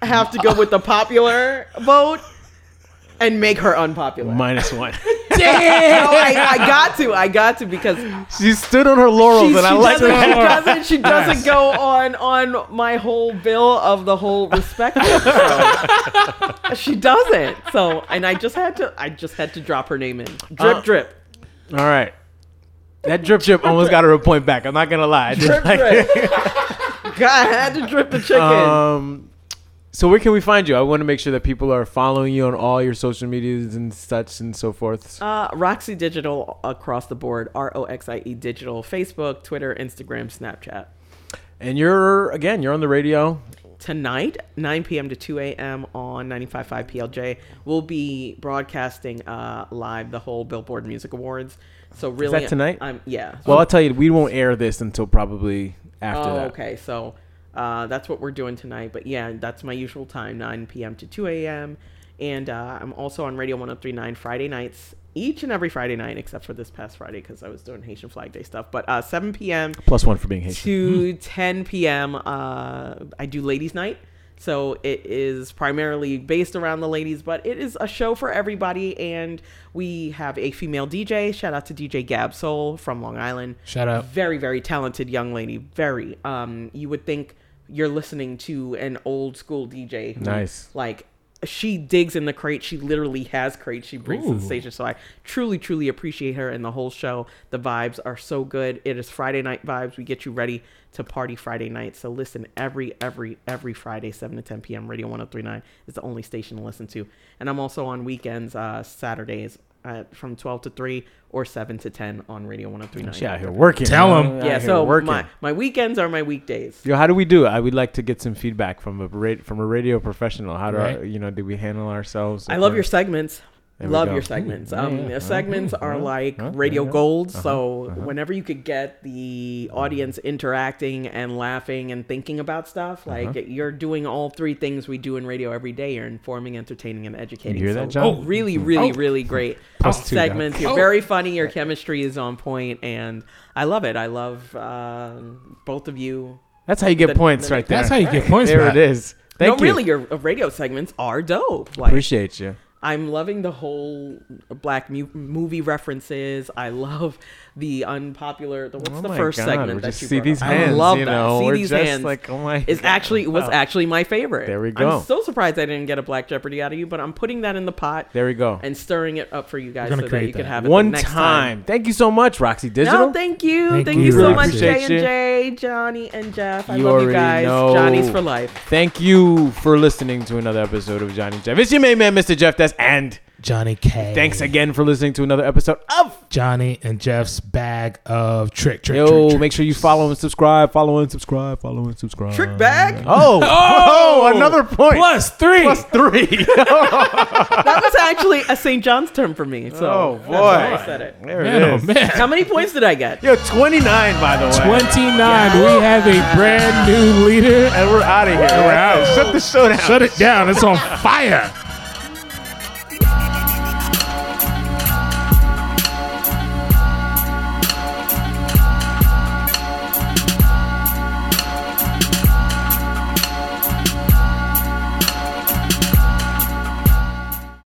Speaker 3: have to go with the popular vote and make her unpopular.
Speaker 1: minus one.
Speaker 3: Damn! No, I, I got to. I got to because she,
Speaker 1: She stood on her laurels,
Speaker 3: she,
Speaker 1: and I like
Speaker 3: doesn't, she
Speaker 1: that.
Speaker 3: doesn't. She doesn't go on on my whole bill of the whole respect. So, she doesn't. So, and I just had to. I just had to drop her name in. Drip,
Speaker 1: Uh,
Speaker 3: drip.
Speaker 1: All right, that drip drip almost got her a point back. I'm not gonna lie. I did
Speaker 3: Drip,
Speaker 1: like it.
Speaker 3: drip. God, I had to drip the chicken.
Speaker 1: Um, so where can we find you? I want to make sure that people are following you on all your social medias and such and so forth.
Speaker 3: Uh, Roxy Digital across the board. R O X I E Digital. Facebook, Twitter, Instagram, Snapchat.
Speaker 1: And you're again, you're on the radio.
Speaker 3: Tonight, 9 p.m. to 2 a.m. on 95.5 PLJ, we'll be broadcasting uh, live the whole Billboard Music Awards. So really,
Speaker 1: that tonight?
Speaker 3: I'm, yeah.
Speaker 1: Well, I'll tell you, we won't air this until probably after
Speaker 3: oh,
Speaker 1: that.
Speaker 3: okay. So uh, that's what we're doing tonight. But yeah, that's my usual time, 9 p.m. to 2 a.m. And uh, I'm also on Radio 103.9 Friday nights, each and every Friday night, except for this past Friday because I was doing Haitian Flag Day stuff. But uh, 7 p.m.
Speaker 1: Plus one for being Haitian.
Speaker 2: Hmm.
Speaker 3: to 10 p.m. Uh, I do ladies' night. So it is primarily based around the ladies, but it is a show for everybody. And we have a female DJ. Shout out to DJ Gab Soul from Long Island.
Speaker 2: Shout out.
Speaker 3: Very, very talented young lady. Very. Um, you would think you're listening to an old school DJ. who,
Speaker 1: Nice.
Speaker 3: Like she digs in the crate. She literally has crates. She brings to the station. So I truly, truly appreciate her and the whole show. The vibes are so good. It is Friday night vibes. We get you ready to party Friday night. So listen every, every, every Friday, 7 to 10 p.m. Radio 1039 is the only station to listen to. And I'm also on weekends, uh, Saturdays uh, from 12 to 3 or 7 to 10 on Radio 1039.
Speaker 1: She out here working.
Speaker 2: Tell
Speaker 1: you
Speaker 2: 'em.
Speaker 1: know? Out
Speaker 3: Yeah,
Speaker 1: here
Speaker 3: so
Speaker 1: working.
Speaker 3: my, my weekends are my weekdays.
Speaker 1: Yo, how do we do it? I would like to get some feedback from a ra- from a radio professional. How do I,
Speaker 2: Right.
Speaker 1: you know? Do we handle ourselves?
Speaker 3: I love your segments.
Speaker 1: There we
Speaker 3: love
Speaker 1: go.
Speaker 3: your segments. Um,
Speaker 1: yeah, Mm-hmm. yeah.
Speaker 3: segments are like radio gold.
Speaker 1: Uh-huh.
Speaker 3: so whenever you could get the audience interacting and laughing and thinking about stuff,
Speaker 1: Uh-huh.
Speaker 3: like you're doing all three things we do in radio every day. You're informing, entertaining, and educating.
Speaker 1: hear
Speaker 3: so
Speaker 1: that, John? Mm-hmm.
Speaker 2: Oh.
Speaker 3: really, really, really great
Speaker 1: Plus two, John.
Speaker 3: segments. You're very funny. Your chemistry is on point, and I love it. I love um both of you.
Speaker 1: That's how you get
Speaker 3: The-
Speaker 1: points
Speaker 3: the
Speaker 1: right there.
Speaker 2: That's how you get points.
Speaker 1: there
Speaker 2: Matt.
Speaker 1: it is. Thank
Speaker 3: no,
Speaker 1: you.
Speaker 3: really, your uh, radio segments are dope. Like,
Speaker 1: Appreciate you.
Speaker 3: I'm loving the whole black mu- movie references. I love the unpopular. The, what's
Speaker 1: Oh
Speaker 3: the
Speaker 1: my
Speaker 3: first
Speaker 1: God,
Speaker 3: segment
Speaker 1: we
Speaker 3: that
Speaker 1: just
Speaker 3: you
Speaker 1: see
Speaker 3: brought
Speaker 1: these
Speaker 3: up? I
Speaker 1: hands,
Speaker 3: love
Speaker 1: you
Speaker 3: that.
Speaker 1: know,
Speaker 3: see
Speaker 1: we're
Speaker 3: these
Speaker 1: just
Speaker 3: hands.
Speaker 1: like, oh my
Speaker 3: It's
Speaker 1: God.
Speaker 3: actually was actually my favorite.
Speaker 1: There we go.
Speaker 3: I'm so surprised I didn't get a black Jeopardy out of you, but I'm putting that in the pot.
Speaker 1: There we go.
Speaker 3: And stirring it up for you guys so
Speaker 2: gonna
Speaker 3: that
Speaker 2: create
Speaker 3: you can
Speaker 2: that.
Speaker 3: have it the
Speaker 1: One
Speaker 3: next
Speaker 1: time.
Speaker 3: time.
Speaker 1: Thank you so much, Roxy Digital.
Speaker 3: No, thank you.
Speaker 2: Thank
Speaker 3: Thank,
Speaker 2: you.
Speaker 3: you,
Speaker 2: Really
Speaker 3: so much, Jay
Speaker 1: appreciate
Speaker 3: and
Speaker 1: you.
Speaker 3: Jay, Johnny and Jeff. I
Speaker 1: You
Speaker 3: love you
Speaker 1: already
Speaker 3: guys.
Speaker 1: know.
Speaker 3: Johnny's for life.
Speaker 1: Thank you for listening to another episode of Johnny Jeff. It's your main man, Mr. Jeff That's and
Speaker 2: Johnny K.
Speaker 1: thanks again for listening to another episode of
Speaker 2: Johnny and Jeff's bag of trick trick. trick,
Speaker 1: Yo.
Speaker 2: trick,
Speaker 1: Make sure you
Speaker 2: tricks.
Speaker 1: follow and subscribe. Follow and subscribe. Follow and subscribe.
Speaker 3: Trick bag.
Speaker 1: Oh, oh, another point.
Speaker 2: Plus three.
Speaker 1: Plus three.
Speaker 3: That was actually a St. John's term for me. So
Speaker 1: Oh,
Speaker 3: that's why
Speaker 1: boy.
Speaker 3: I said it.
Speaker 1: there
Speaker 2: Man,
Speaker 1: it
Speaker 2: oh
Speaker 1: is.
Speaker 2: man.
Speaker 3: How many points did I get?
Speaker 1: Yo, 29 by the way.
Speaker 2: 29. We have a brand new leader.
Speaker 1: And we're out of here.
Speaker 2: We're out.
Speaker 1: Shut the show down.
Speaker 2: Shut it down. It's on fire.